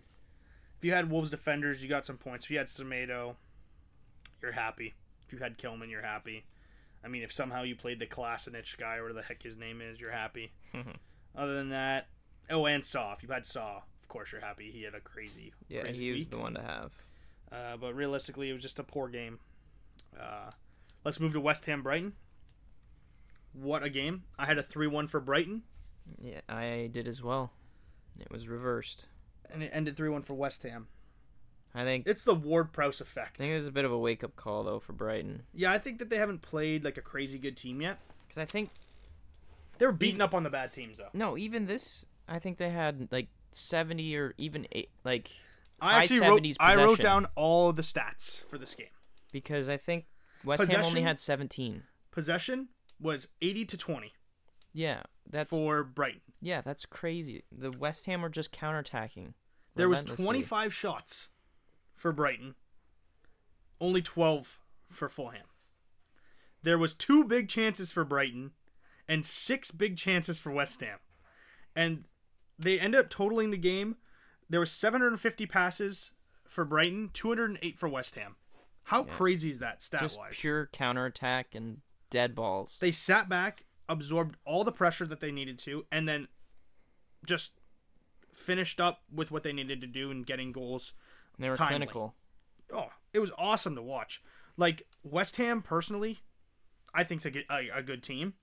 Speaker 1: if you had Wolves defenders, you got some points. If you had Semedo, you're happy. If you had Kilman, you're happy. I mean, if somehow you played the Kolasinic guy or whatever the heck his name is, you're happy. Other than that, oh, and Saw. If you had Saw, of course you're happy. He had a crazy,
Speaker 2: yeah,
Speaker 1: crazy
Speaker 2: he was
Speaker 1: week.
Speaker 2: the one to have.
Speaker 1: Uh, but realistically, it was just a poor game. Uh, let's move to West Ham Brighton. What a game! I had a three-one for Brighton,
Speaker 2: Yeah, I did as well. It was reversed.
Speaker 1: and it ended three-one for West Ham.
Speaker 2: I think
Speaker 1: It's the Ward Prowse
Speaker 2: I
Speaker 1: effect.
Speaker 2: think it was a bit of a wake up call though for Brighton
Speaker 1: Yeah, I think that they haven't played like a crazy good team yet.
Speaker 2: because I think
Speaker 1: They were beating up on the bad teams though.
Speaker 2: no, even this I think they had like seventy or even eight, like
Speaker 1: I
Speaker 2: High
Speaker 1: actually wrote.
Speaker 2: 70s
Speaker 1: I wrote
Speaker 2: possession.
Speaker 1: down all the stats for this game.
Speaker 2: because I think West Ham only
Speaker 1: Possession?
Speaker 2: had seventeen.
Speaker 1: Possession was eighty to twenty
Speaker 2: Yeah, that's
Speaker 1: for Brighton.
Speaker 2: yeah, that's crazy. The West Ham were just counterattacking.
Speaker 1: There was
Speaker 2: relentlessly.
Speaker 1: twenty-five shots for Brighton. Only 12 for Fulham. There was two big chances for Brighton and six big chances for West Ham. And they ended up totaling the game. There were 750 passes for Brighton, 208 for West Ham. How crazy is that stat
Speaker 2: just
Speaker 1: wise?
Speaker 2: pure counterattack and dead balls.
Speaker 1: They sat back, absorbed all the pressure that they needed to, and then just finished up with what they needed to do in getting goals
Speaker 2: They were
Speaker 1: timely.
Speaker 2: clinical.
Speaker 1: oh, it was awesome to watch. Like West Ham, personally, I think's a good, a, a good team,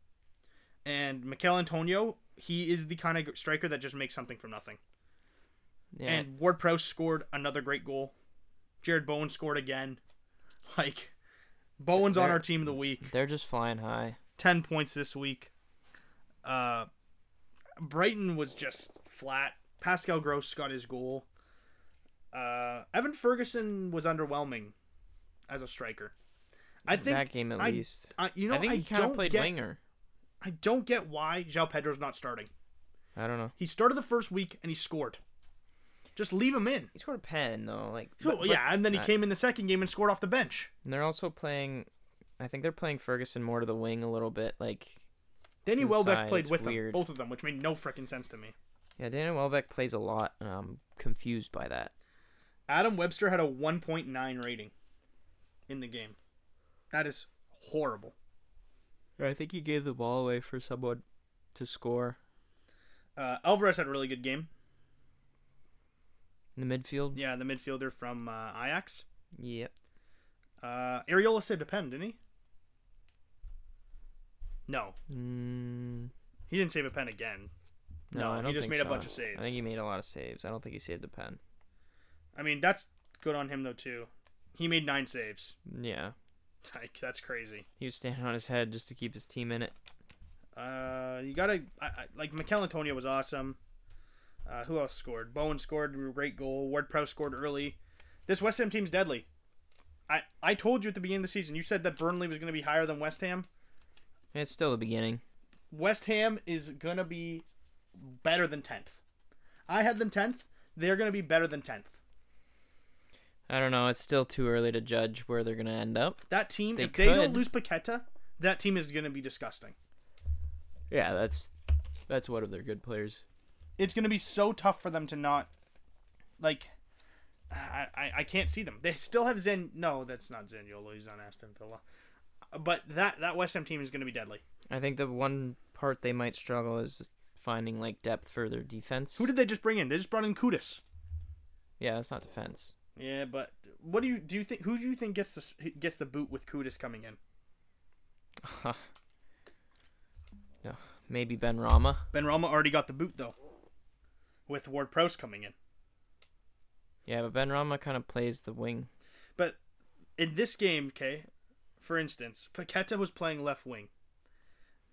Speaker 1: and Mikel Antonio, he is the kind of striker that just makes something from nothing.
Speaker 2: Yeah,
Speaker 1: And Ward Prowse scored another great goal. Jared Bowen scored again. Like Bowen's on
Speaker 2: They're-
Speaker 1: our team of the week.
Speaker 2: they're just flying high.
Speaker 1: 10 points this week. Uh, Brighton was just flat. Pascal Gross got his goal. Uh, Evan Ferguson was underwhelming as a striker. I think
Speaker 2: that game at
Speaker 1: I-
Speaker 2: least.
Speaker 1: I, you know,
Speaker 2: I think he kind
Speaker 1: don't
Speaker 2: of played
Speaker 1: get,
Speaker 2: winger.
Speaker 1: I don't get why Jao Pedro's not starting.
Speaker 2: I don't know.
Speaker 1: He started the first week and he scored. Just leave him in.
Speaker 2: He scored a pen though. Like
Speaker 1: So,
Speaker 2: but- but-
Speaker 1: yeah, and then he
Speaker 2: uh,
Speaker 1: came in the second game and scored off the bench.
Speaker 2: And they're also playing. I think they're playing Ferguson more to the wing a little bit. Like
Speaker 1: Danny
Speaker 2: to the
Speaker 1: Welbeck
Speaker 2: side,
Speaker 1: played
Speaker 2: it's
Speaker 1: with
Speaker 2: weird.
Speaker 1: them, both of them, which made no freaking sense to me.
Speaker 2: yeah, Daniel Welbeck plays a lot. And I'm confused by that.
Speaker 1: Adam Webster had a 1.9 rating in the game. That is horrible.
Speaker 2: I think he gave the ball away for someone to score
Speaker 1: Uh, Alvarez had a really good game.
Speaker 2: in the midfield.
Speaker 1: Yeah, the midfielder from uh, Ajax.
Speaker 2: Yep.
Speaker 1: Uh, Ariola saved a pen, didn't he? No,
Speaker 2: Mm,
Speaker 1: he didn't save a pen again.
Speaker 2: no,
Speaker 1: No,
Speaker 2: I
Speaker 1: he
Speaker 2: don't
Speaker 1: just
Speaker 2: think
Speaker 1: made a
Speaker 2: so.
Speaker 1: bunch of saves.
Speaker 2: I think he made a lot of saves. I don't think he saved a pen.
Speaker 1: I mean, that's good on him though too. He made nine saves.
Speaker 2: Yeah,
Speaker 1: Like that's crazy.
Speaker 2: he was standing on his head just to keep his team in it.
Speaker 1: Uh, you gotta I, I, like Mikel Antonio was awesome. Uh, who else scored? Bowen scored a great goal. Ward Prowse scored early. This West Ham team's deadly. I, I told you at the beginning of the season, you said that Burnley was going to be higher than West Ham.
Speaker 2: It's still the beginning.
Speaker 1: West Ham is going to be better than 10th. I had them 10th. They're going to be better than 10th.
Speaker 2: I don't know. It's still too early to judge where they're gonna end up.
Speaker 1: That team,
Speaker 2: They
Speaker 1: if they don't
Speaker 2: could.
Speaker 1: lose Paqueta, that team is going to be disgusting.
Speaker 2: Yeah, that's that's one of their good players.
Speaker 1: It's going to be so tough for them to not, like, I, I, I can't see them. They still have Zen. No, that's not Zaniolo. He's on Aston Villa. But that, that West Ham team is going to be deadly.
Speaker 2: I think the one part they might struggle is finding like depth for their defense.
Speaker 1: Who did they just bring in? They just brought in Kudus.
Speaker 2: yeah, that's not defense.
Speaker 1: Yeah, but what do you do? You think who do you think gets the s- gets the boot with Kudus coming in?
Speaker 2: No, maybe Ben Rama.
Speaker 1: Ben Rama already got the boot though, with Ward Prowse coming in.
Speaker 2: Yeah, but Ben Rama kind of plays the wing.
Speaker 1: But in this game, okay, for instance, Paqueta was playing left wing.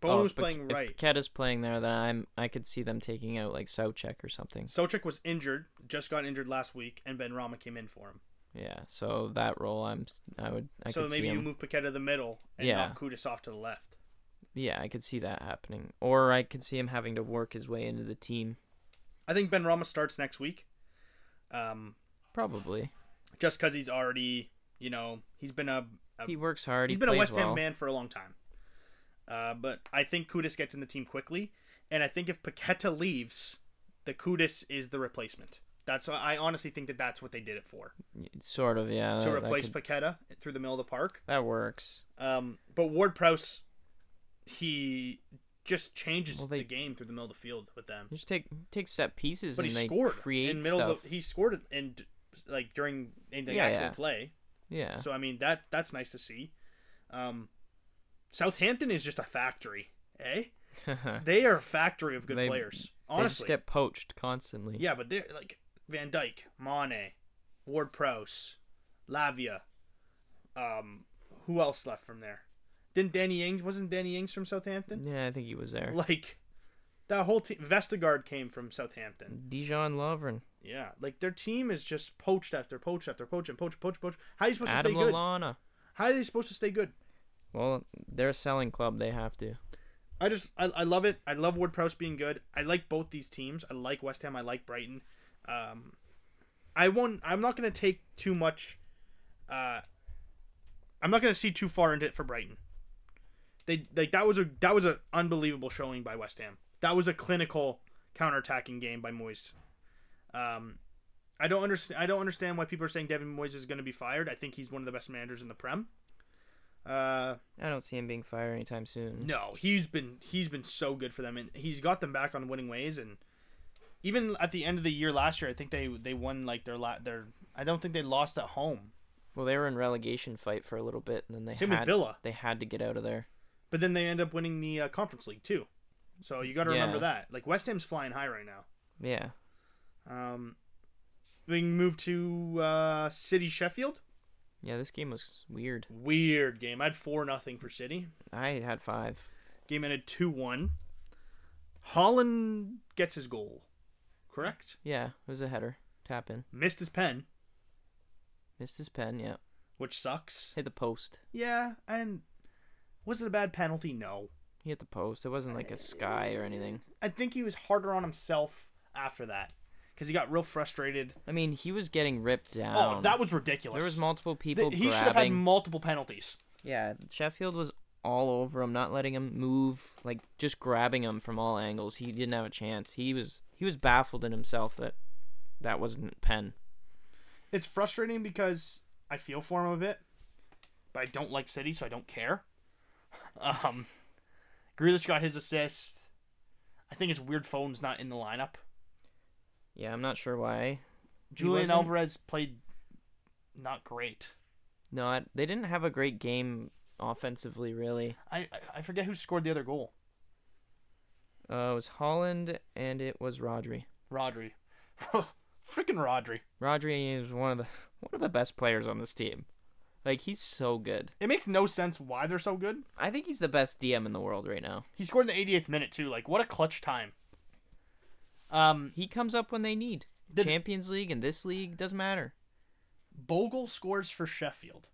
Speaker 1: Bowen
Speaker 2: Oh,
Speaker 1: was
Speaker 2: if Pa-
Speaker 1: playing right.
Speaker 2: If Paqueta's playing there, then I'm I could see them taking out like Soucek or something.
Speaker 1: Sochik was injured, just got injured last week, and Ben Rama came in for him.
Speaker 2: Yeah, so that role I'm s- I would I
Speaker 1: so
Speaker 2: could see
Speaker 1: maybe you
Speaker 2: him.
Speaker 1: move Paqueta to the middle and
Speaker 2: Yeah.
Speaker 1: knock Kudus off to the left.
Speaker 2: Yeah, I could see that happening, or I could see him having to work his way into the team.
Speaker 1: I think Ben Rama starts next week. Um,
Speaker 2: Probably
Speaker 1: just because he's already, you know, he's been a, a
Speaker 2: he works
Speaker 1: Uh,
Speaker 2: hard.
Speaker 1: He's
Speaker 2: he
Speaker 1: been a
Speaker 2: plays
Speaker 1: West Ham
Speaker 2: well.
Speaker 1: man for a long time. Uh, but I think Kudus gets in the team quickly, and I think if Paqueta leaves, the Kudus is the replacement. That's I honestly think that that's what they did it for
Speaker 2: Sort of,
Speaker 1: to
Speaker 2: yeah. Uh, that- that
Speaker 1: replace
Speaker 2: could-
Speaker 1: Paqueta through the middle of the park.
Speaker 2: That works.
Speaker 1: Um, but Ward Prowse, he just changes
Speaker 2: Well, they-
Speaker 1: the game through the middle of the field with them.
Speaker 2: You just take take set pieces
Speaker 1: But he
Speaker 2: and they
Speaker 1: scored
Speaker 2: create
Speaker 1: in middle
Speaker 2: stuff.
Speaker 1: of the, he scored it in like during in the
Speaker 2: Yeah,
Speaker 1: actual
Speaker 2: yeah.
Speaker 1: play.
Speaker 2: yeah,
Speaker 1: So I mean that that's nice to see. Um, Southampton is just a factory, eh? They are a factory of good
Speaker 2: They-
Speaker 1: players.
Speaker 2: they just
Speaker 1: Honestly.
Speaker 2: get poached constantly.
Speaker 1: Yeah, but they're like Van Dyke, Mane, Ward Prowse, Lavia. Um, who else left from there? Didn't Danny Ings wasn't Danny Ings from Southampton?
Speaker 2: yeah. I think he was there.
Speaker 1: Like that whole team Vestergaard came from Southampton.
Speaker 2: Dijon Lovren,
Speaker 1: Yeah. Like their team is just poached after poached after poach and poach poach poach. How are you supposed
Speaker 2: Adam
Speaker 1: to stay good?
Speaker 2: Lallana.
Speaker 1: How are they supposed to stay good?
Speaker 2: Well, they're a selling club. They have to.
Speaker 1: I just I, I love it. I love Ward Prowse being good. I like both these teams. I like West Ham. I like Brighton. Um, I won't. I'm not going to take too much. Uh, I'm not going to see too far into it for Brighton. They like that was a that was an unbelievable showing by West Ham. That was a clinical counterattacking game by Moyes. Um, I don't understand. I don't understand why people are saying Devin Moyes is going to be fired. I think he's one of the best managers in the Prem. Uh,
Speaker 2: I don't see him being fired anytime soon.
Speaker 1: no, he's been he's been so good for them, and he's got them back on winning ways. And even at the end of the year last year, I think they they won like their la- their. I don't think they lost at home.
Speaker 2: Well, they were in relegation fight for a little bit, and then they
Speaker 1: Same with
Speaker 2: had
Speaker 1: Villa.
Speaker 2: they had to get out of there.
Speaker 1: But then they end up winning the uh, conference league too. So you got to remember
Speaker 2: Yeah.
Speaker 1: that. Like West Ham's flying high right now.
Speaker 2: Yeah,
Speaker 1: Um, we can move to uh, City Sheffield.
Speaker 2: yeah. This game was weird.
Speaker 1: Weird game. I had four nothing for City.
Speaker 2: I had five.
Speaker 1: Game ended two one. Holland gets his goal. Correct.
Speaker 2: Yeah, it was a header, tap in,
Speaker 1: Missed his pen,
Speaker 2: missed his pen. Yeah,
Speaker 1: which sucks.
Speaker 2: hit the post.
Speaker 1: Yeah, and was it a bad penalty? No.
Speaker 2: He hit the post. It wasn't like a sky or anything.
Speaker 1: I think he was harder on himself after that because he got real frustrated.
Speaker 2: I mean, he was getting ripped down.
Speaker 1: Oh, that was ridiculous.
Speaker 2: Um, There was multiple people
Speaker 1: Th- he should have had
Speaker 2: grabbing.
Speaker 1: multiple penalties.
Speaker 2: yeah, Sheffield was all over him, not letting him move, like just grabbing him from all angles. He didn't have a chance. He was he was baffled in himself that that wasn't pen.
Speaker 1: It's frustrating because I feel for him a bit, but I don't like City, so I don't care. Um, Grealish got his assist. I think it's weird. Phone's not in the lineup.
Speaker 2: Yeah, I'm not sure why.
Speaker 1: Julian
Speaker 2: wasn't-
Speaker 1: Alvarez played not great.
Speaker 2: Not they didn't have a great game offensively, really.
Speaker 1: I I- I forget who scored the other goal.
Speaker 2: Uh, it was Holland and it was Rodri.
Speaker 1: Rodri. Freaking Rodri.
Speaker 2: Rodri is one of the one of the best players on this team. Like he's so good.
Speaker 1: It makes no sense why they're so good.
Speaker 2: I think he's the best DM in the world right now.
Speaker 1: He scored in the 88th minute, too. Like, what a clutch time. Um,
Speaker 2: He comes up when they need.
Speaker 1: The-
Speaker 2: Champions League and this league doesn't matter.
Speaker 1: Bogle scores for Sheffield.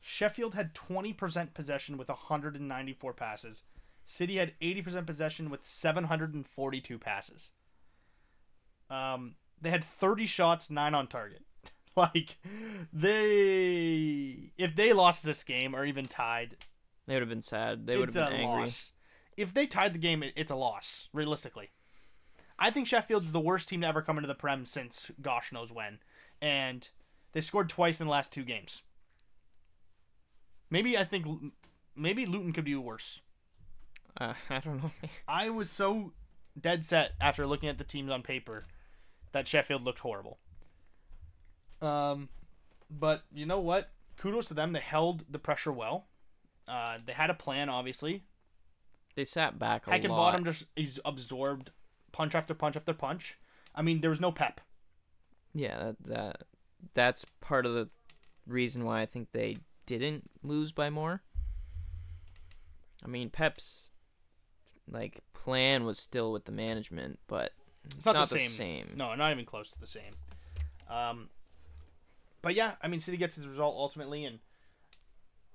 Speaker 1: Sheffield had 20% possession with 194 passes. City had 80% possession with 742 passes. Um, they had 30 shots, 9 on target. like they if they lost this game or even tied,
Speaker 2: They would have been sad. They would
Speaker 1: it's
Speaker 2: have
Speaker 1: a
Speaker 2: been angry.
Speaker 1: loss. If they tied the game, it, it's a loss, realistically. I think Sheffield's the worst team to ever come into the Prem since gosh knows when. And they scored twice in the last two games. Maybe I think Lu- maybe Luton could do worse.
Speaker 2: Uh, I don't know.
Speaker 1: I was so dead set after looking at the teams on paper that Sheffield looked horrible. Um, but you know what? Kudos to them. They held the pressure well. Uh, they had a plan, obviously.
Speaker 2: they sat back a
Speaker 1: Heck and
Speaker 2: lot.
Speaker 1: Bottom just is absorbed punch after punch after punch. I mean, there was no pep.
Speaker 2: Yeah, that, that that's part of the reason why I think they didn't lose by more. I mean, Pep's like plan was still with the management, but it's,
Speaker 1: It's not, the, same. No, not even close to the same. Um, but yeah, I mean, City gets his result ultimately, and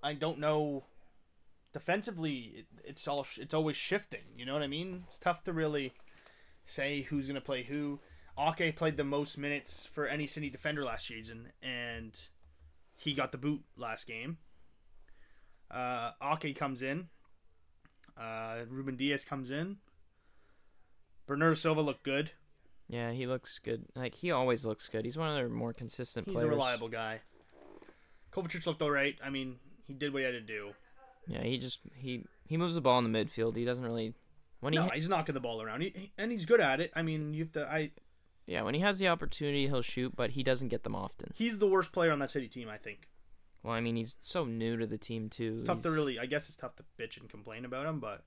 Speaker 1: I don't know. Defensively, it, it's all sh- it's always shifting. You know what I mean? It's tough to really say who's gonna play who. Ake played the most minutes for any City defender last season, and he got the boot last game. Uh, Ake comes in. Uh, Ruben Diaz comes in. Bernardo Silva looked good.
Speaker 2: Yeah, he looks good. Like he always looks good. He's one of their more consistent
Speaker 1: He's
Speaker 2: players.
Speaker 1: a reliable guy. Kovacic looked all right. I mean, he did what he had to do.
Speaker 2: Yeah, he just he he moves the ball in the midfield. He doesn't really when he
Speaker 1: No,
Speaker 2: ha-
Speaker 1: he's knocking the ball around, he, he- and he's good at it. I mean, you have to. I
Speaker 2: yeah when he has the opportunity he'll shoot, but he doesn't get them often.
Speaker 1: he's the worst player on that City team. I think
Speaker 2: Well, I mean he's so new to the team too.
Speaker 1: it's tough to
Speaker 2: He's-
Speaker 1: really. I guess it's tough to bitch and complain about him, but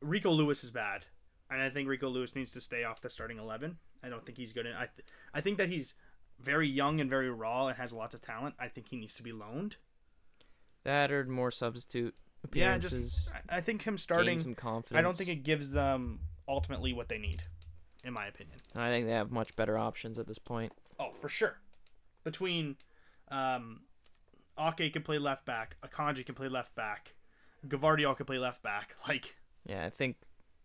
Speaker 1: Rico Lewis is bad, and I think Rico Lewis needs to stay off the starting eleven. I don't think he's good. In, I th- I think that he's very young and very raw and has lots of talent. I think he needs to be loaned.
Speaker 2: that or more substitute
Speaker 1: Yeah,
Speaker 2: appearances.
Speaker 1: just I I think him starting.
Speaker 2: starting some confidence.
Speaker 1: I don't think it gives them ultimately what they need, in my opinion.
Speaker 2: I think they have much better options at this point.
Speaker 1: Oh, for sure. Between um Ake can play left back, Akanji can play left back, Gavardiol can play left back. Like
Speaker 2: Yeah, I think.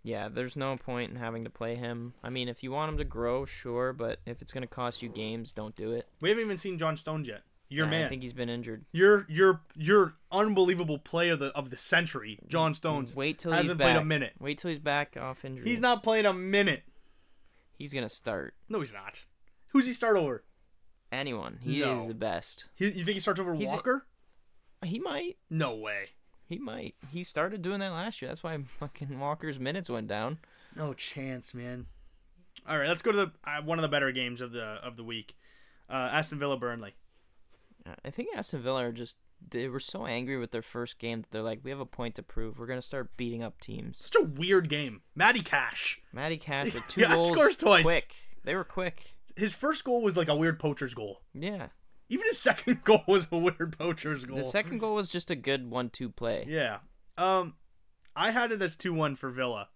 Speaker 2: Yeah, there's no point in having to play him. I mean, if you want him to grow, sure, but if it's gonna cost you games, don't do it.
Speaker 1: we haven't even seen John Stones yet. Your
Speaker 2: Yeah, I
Speaker 1: man.
Speaker 2: think he's been injured.
Speaker 1: your your your unbelievable play of the of the century, John Stones.
Speaker 2: Wait till
Speaker 1: hasn't
Speaker 2: he's
Speaker 1: played
Speaker 2: back.
Speaker 1: a minute.
Speaker 2: Wait till he's back off injury.
Speaker 1: He's not playing a minute.
Speaker 2: He's gonna start
Speaker 1: No, he's not. Who's he start over?
Speaker 2: anyone. He
Speaker 1: No.
Speaker 2: is the best.
Speaker 1: He, you think he starts over
Speaker 2: He's a-
Speaker 1: Walker?
Speaker 2: He might.
Speaker 1: No way.
Speaker 2: He might. He started doing that last year. That's why fucking Walker's minutes went down.
Speaker 1: No chance, man. All right, let's go to the uh, one of the better games of the of the week. Uh, Aston Villa Burnley.
Speaker 2: I think Aston Villa are just. They were so angry with their first game that they're like, we have a point to prove. We're gonna start beating up teams.
Speaker 1: Such a weird game. Matty Cash.
Speaker 2: Matty Cash with two
Speaker 1: Yeah,
Speaker 2: goals.
Speaker 1: scores twice.
Speaker 2: Quick. They were quick.
Speaker 1: His first goal was like a weird poacher's goal.
Speaker 2: Yeah.
Speaker 1: Even his second goal was a weird poacher's goal.
Speaker 2: The second goal was just a good one-two play.
Speaker 1: Yeah. Um, I had it as two one for Villa.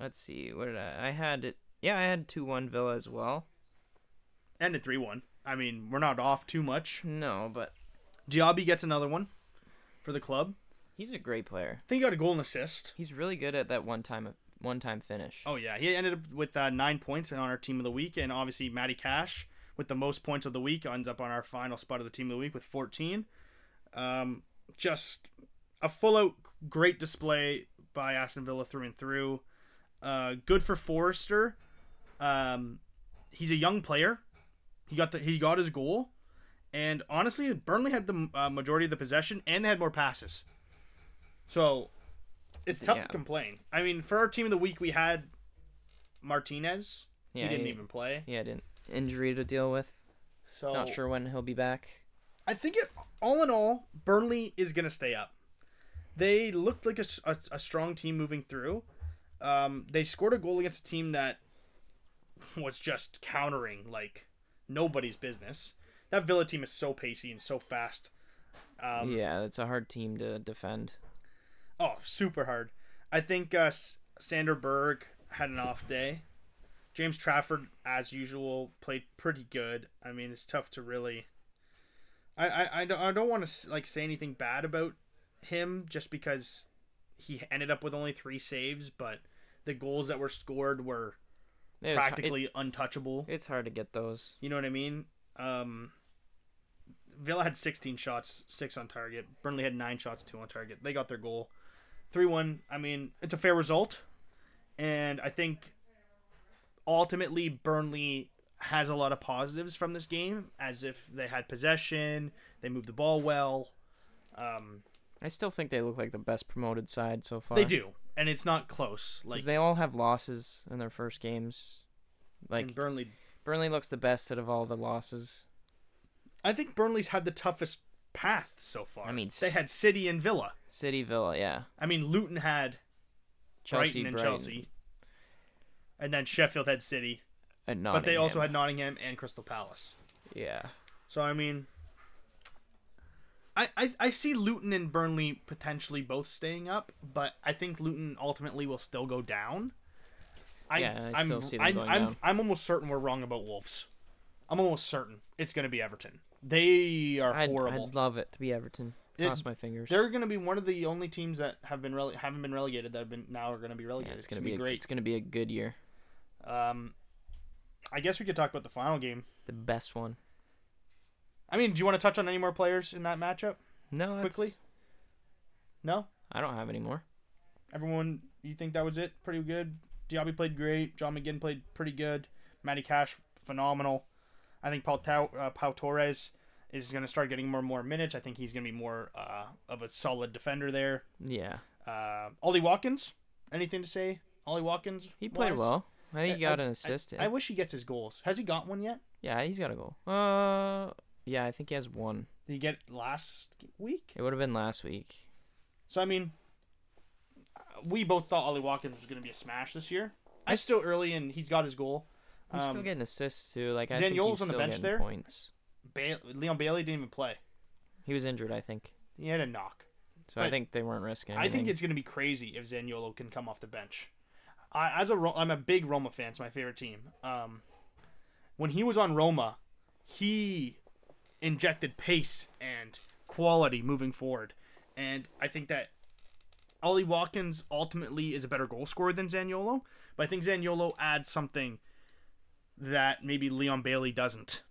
Speaker 2: Let's see. What did I? I had it. Yeah, I had two-one Villa as well.
Speaker 1: And a three one. I mean, we're not off too much.
Speaker 2: No, but
Speaker 1: Diaby gets another one for the club.
Speaker 2: he's a great player.
Speaker 1: I think he got a goal and assist.
Speaker 2: He's really good at that one-time one-time finish.
Speaker 1: Oh yeah, he ended up with uh, nine points and on our team of the week, and obviously Matty Cash with the most points of the week ends up on our final spot of the team of the week with 14. Um, just a full out great display by Aston Villa through and through. Uh, good for Forrester. Um, he's a young player. He got the he got his goal, and honestly, Burnley had the uh, majority of the possession and they had more passes. So it's tough
Speaker 2: Yeah.
Speaker 1: to complain. I mean, for our team of the week, we had Martinez.
Speaker 2: yeah,
Speaker 1: he didn't even play.
Speaker 2: Yeah, didn't injury to deal with.
Speaker 1: So
Speaker 2: Not sure when he'll be back.
Speaker 1: I think it, all in all, Burnley is going to stay up. They looked like a, s- a s- a strong team moving through. Um, they scored a goal against a team that was just countering like nobody's business. That Villa team is so pacey and so fast. Um,
Speaker 2: yeah, it's a hard team to defend.
Speaker 1: Oh, super hard. I think uh, S- Sander Berg had an off day. James Trafford, as usual, played pretty good. I mean, it's tough to really. I I, I don't, I don't want to like say anything bad about him just because he ended up with only three saves, but the goals that were scored were
Speaker 2: It was-
Speaker 1: practically untouchable.
Speaker 2: it- it's hard to get those.
Speaker 1: You know what I mean? Um, Villa had 16 shots, six on target. Burnley had nine shots, two on target. They got their goal, three one. I mean, it's a fair result, and I think ultimately Burnley has a lot of positives from this game, as if they had possession, they moved the ball well. Um,
Speaker 2: I still think they look like the best promoted side so far.
Speaker 1: they do, and it's not close. Like
Speaker 2: Because they all have losses in their first games.
Speaker 1: and
Speaker 2: Like
Speaker 1: Burnley,
Speaker 2: Burnley looks the best out of all the losses.
Speaker 1: I think Burnley's had the toughest path so far.
Speaker 2: I mean,
Speaker 1: they
Speaker 2: s-
Speaker 1: had City and Villa.
Speaker 2: City, Villa, yeah.
Speaker 1: I mean, Luton had
Speaker 2: Chelsea,
Speaker 1: Brighton and
Speaker 2: Brighton,
Speaker 1: Chelsea. And then Sheffield had City,
Speaker 2: and
Speaker 1: but they also had
Speaker 2: Uh, Nottingham.
Speaker 1: Nottingham and Crystal Palace.
Speaker 2: yeah.
Speaker 1: So I mean, I, I I see Luton and Burnley potentially both staying up, but I think Luton ultimately will still go down. I,
Speaker 2: Yeah, I
Speaker 1: I'm-
Speaker 2: still see them
Speaker 1: I'm-
Speaker 2: going
Speaker 1: I'm,
Speaker 2: down.
Speaker 1: I'm almost certain we're wrong about Wolves. I'm almost certain it's going to be Everton. They are
Speaker 2: I'd,
Speaker 1: horrible.
Speaker 2: I'd love it to be Everton.
Speaker 1: It-
Speaker 2: Cross my fingers.
Speaker 1: They're going to be one of the only teams that have been rele- haven't been relegated that have been now are going to be
Speaker 2: Yeah,
Speaker 1: relegated.
Speaker 2: it's gonna be, a-
Speaker 1: great.
Speaker 2: It's gonna be a good year.
Speaker 1: Um, I guess we could talk about the final game.
Speaker 2: The best one.
Speaker 1: I mean, do you want to touch on any more players in that matchup?
Speaker 2: No, that's-
Speaker 1: Quickly? No,
Speaker 2: I don't have any more.
Speaker 1: everyone. You think that was it? Pretty good. Diaby played great. John McGinn played pretty good. Matty Cash phenomenal. I think Paul Tau, uh, Pau Torres is going to start getting more and more minutes. I think he's going to be more uh, of a solid defender there.
Speaker 2: Yeah,
Speaker 1: Uh, Ollie Watkins. Anything to say? Ollie Watkins.
Speaker 2: he played
Speaker 1: wise?
Speaker 2: well. I think he
Speaker 1: I-
Speaker 2: got an
Speaker 1: I-
Speaker 2: assist.
Speaker 1: I wish he gets his goals. Has he got one yet?
Speaker 2: yeah, he's got a goal. Uh, yeah, I think he has one.
Speaker 1: Did he get it last week?
Speaker 2: It would have been last week.
Speaker 1: So I mean, we both thought Ollie Watkins was going to be a smash this year. I still early, and he's got his goal.
Speaker 2: He's
Speaker 1: Um,
Speaker 2: still getting assists too. Like I
Speaker 1: Zaniolo's
Speaker 2: think he's
Speaker 1: on the
Speaker 2: still
Speaker 1: bench
Speaker 2: getting
Speaker 1: there?
Speaker 2: points.
Speaker 1: Ba- Leon Bailey didn't even play.
Speaker 2: He was injured, I think.
Speaker 1: He had a knock.
Speaker 2: So I
Speaker 1: But
Speaker 2: think they weren't risking.
Speaker 1: I think
Speaker 2: anything.
Speaker 1: it's going to be crazy if Zaniolo can come off the bench. I, as a Ro- I'm a big Roma fan. It's my favorite team. Um, when he was on Roma, he injected pace and quality moving forward, and I think that Ollie Watkins ultimately is a better goal scorer than Zaniolo. But I think Zaniolo adds something that maybe Leon Bailey doesn't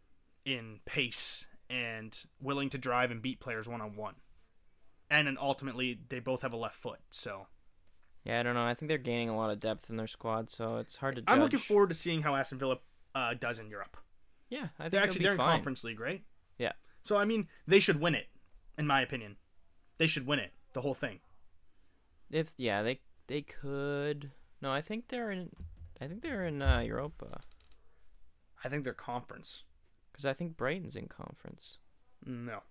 Speaker 1: in pace and willing to drive and beat players one on one and then ultimately they both have a left foot. So
Speaker 2: Yeah, I don't know. I think they're gaining a lot of depth in their squad, so it's hard to. Judge.
Speaker 1: I'm looking forward to seeing how Aston Villa uh, does in Europe.
Speaker 2: Yeah, I think
Speaker 1: They're
Speaker 2: they'll
Speaker 1: actually
Speaker 2: be
Speaker 1: they're in
Speaker 2: fine.
Speaker 1: Conference League, right?
Speaker 2: Yeah,
Speaker 1: So I mean, they should win it, in my opinion. They should win it, the whole thing.
Speaker 2: if yeah, they they could. No, I think they're in. I think they're in uh, Europa
Speaker 1: I think they're conference.
Speaker 2: because I think Brighton's in conference.
Speaker 1: No,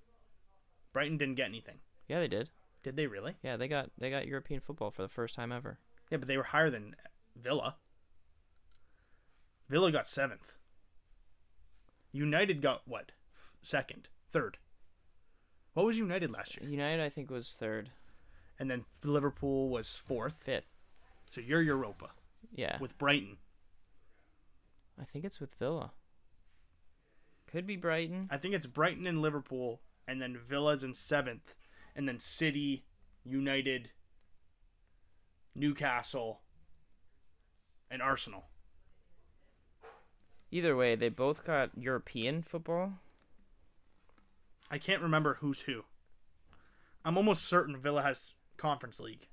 Speaker 1: Brighton didn't get anything.
Speaker 2: Yeah, they did.
Speaker 1: Did they really?
Speaker 2: Yeah, they got they got European football for the first time ever.
Speaker 1: Yeah, but they were higher than Villa. Villa got seventh. United got what? Second, third. What was United last year?
Speaker 2: United, I think, was third,
Speaker 1: And then Liverpool was fourth.
Speaker 2: fifth.
Speaker 1: So you're Europa.
Speaker 2: Yeah,
Speaker 1: with Brighton.
Speaker 2: I think it's with Villa. Could be Brighton.
Speaker 1: I think it's Brighton and Liverpool, and then Villa's in seventh, and then City, United, Newcastle, and Arsenal.
Speaker 2: Either way, they both got European football.
Speaker 1: I can't remember who's who. I'm almost certain Villa has Conference League.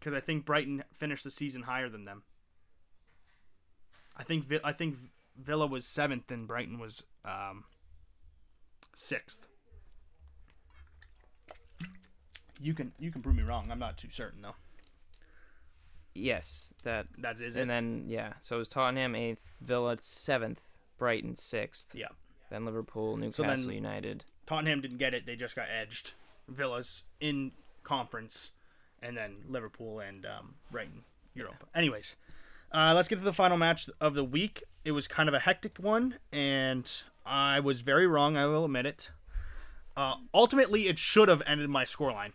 Speaker 1: Because I think Brighton finished the season higher than them. I think Vi- I think Villa was seventh and Brighton was um, sixth. You can you can prove me wrong. I'm not too certain though.
Speaker 2: Yes, that
Speaker 1: That is it.
Speaker 2: and then yeah. So it was Tottenham eighth, Villa seventh, Brighton sixth.
Speaker 1: yeah.
Speaker 2: Then Liverpool,
Speaker 1: then-
Speaker 2: Newcastle United.
Speaker 1: Tottenham didn't get it; they just got edged. Villa's in conference, and then Liverpool and um, Brighton, Europa. Anyways, uh, let's get to the final match of the week. It was kind of a hectic one, and I was very wrong. I will admit it. Uh, ultimately, it should have ended my scoreline.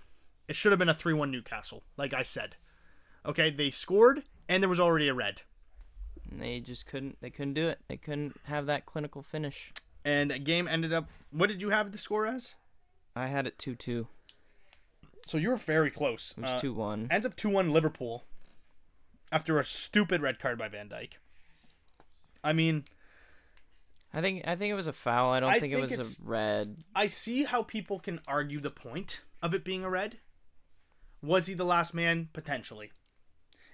Speaker 1: It should have been a three-one Newcastle, like I said. Okay, they scored, and there was already a red.
Speaker 2: And they just couldn't. They couldn't do it. They couldn't have that clinical finish.
Speaker 1: And that game ended up. What did you have the score as?
Speaker 2: I had it two two.
Speaker 1: So you were very close.
Speaker 2: It was
Speaker 1: Uh,
Speaker 2: two one.
Speaker 1: ends up 2 1 Liverpool after a stupid red card by Van Dyke. I mean,
Speaker 2: I think. I think it was a foul. I don't
Speaker 1: I
Speaker 2: think,
Speaker 1: think
Speaker 2: it was
Speaker 1: it's-
Speaker 2: a red.
Speaker 1: I see how people can argue the point of it being a red. Was he the last man? Potentially.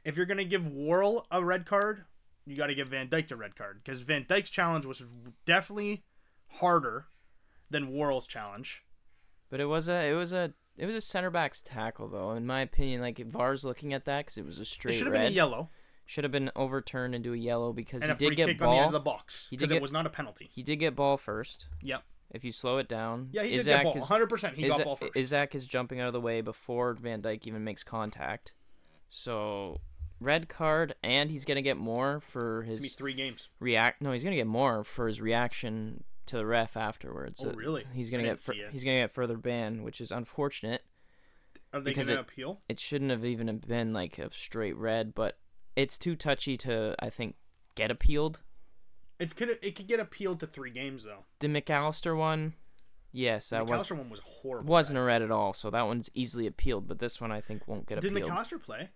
Speaker 1: If you're going to give Worrell a red card, you got to give Van Dyke a red card because Van Dyke's challenge was definitely harder than Worrell's challenge.
Speaker 2: But it was a. It was a. It was a center back's tackle, though, in my opinion. Like VAR's looking at that because it was a
Speaker 1: It
Speaker 2: straight
Speaker 1: should have been a
Speaker 2: red.
Speaker 1: yellow
Speaker 2: Should have been overturned into a yellow because
Speaker 1: and
Speaker 2: he
Speaker 1: a free
Speaker 2: did get
Speaker 1: kick on the end
Speaker 2: ball.
Speaker 1: of the box
Speaker 2: He did
Speaker 1: because it
Speaker 2: get-
Speaker 1: was not a penalty.
Speaker 2: He did get ball first.
Speaker 1: Yep.
Speaker 2: If you slow it down,
Speaker 1: Yeah, he did
Speaker 2: Isak
Speaker 1: get ball.
Speaker 2: is-
Speaker 1: 100%. He
Speaker 2: Isak-
Speaker 1: got ball first.
Speaker 2: Isak is jumping out of the way before Van Dyke even makes contact. So, red card, and he's gonna get more for
Speaker 1: It's gonna be
Speaker 2: his
Speaker 1: three games.
Speaker 2: react. No, he's gonna get more for his reaction to the ref afterwards.
Speaker 1: Oh,
Speaker 2: Uh,
Speaker 1: really?
Speaker 2: He's
Speaker 1: I
Speaker 2: gonna
Speaker 1: didn't
Speaker 2: get fur-
Speaker 1: see it.
Speaker 2: he's gonna get further ban, which is unfortunate.
Speaker 1: Are they
Speaker 2: Because
Speaker 1: going to
Speaker 2: it-
Speaker 1: appeal?
Speaker 2: It shouldn't have even been like a straight red, but it's too touchy to I think get appealed.
Speaker 1: It's could it could get appealed to three games though.
Speaker 2: The McAllister one, yes, that
Speaker 1: McAllister
Speaker 2: was
Speaker 1: one was horrible.
Speaker 2: wasn't a red at all, so that one's easily appealed. But this one I think won't get
Speaker 1: Did
Speaker 2: appealed.
Speaker 1: McAllister play?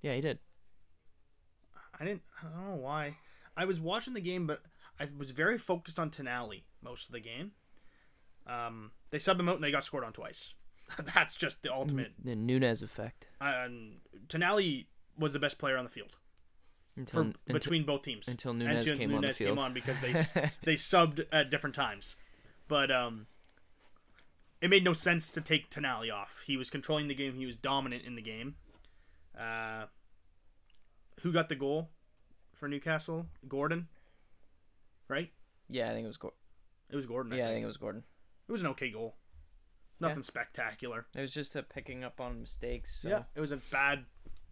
Speaker 2: yeah, he did.
Speaker 1: I didn't. I don't know why. I was watching the game, but I was very focused on Tenali most of the game. Um, they subbed him out and they got scored on twice. That's just the ultimate.
Speaker 2: The Nunez effect.
Speaker 1: Um, Tenali was the best player on the field for
Speaker 2: Until, until-
Speaker 1: between both teams
Speaker 2: until Nunez
Speaker 1: until
Speaker 2: came on the
Speaker 1: Nunez
Speaker 2: field.
Speaker 1: because they s- they subbed at different times, but um, it made no sense to take Tenali off. He was controlling the game. He was dominant in the game. Uh, who got the goal for Newcastle? Gordon, right?
Speaker 2: yeah, I think it was. Gor
Speaker 1: It was Gordon. I
Speaker 2: yeah, I
Speaker 1: think.
Speaker 2: think it was Gordon.
Speaker 1: it was an okay goal. Nothing spectacular.
Speaker 2: It was just a picking up on mistakes. So
Speaker 1: Yeah, it was a bad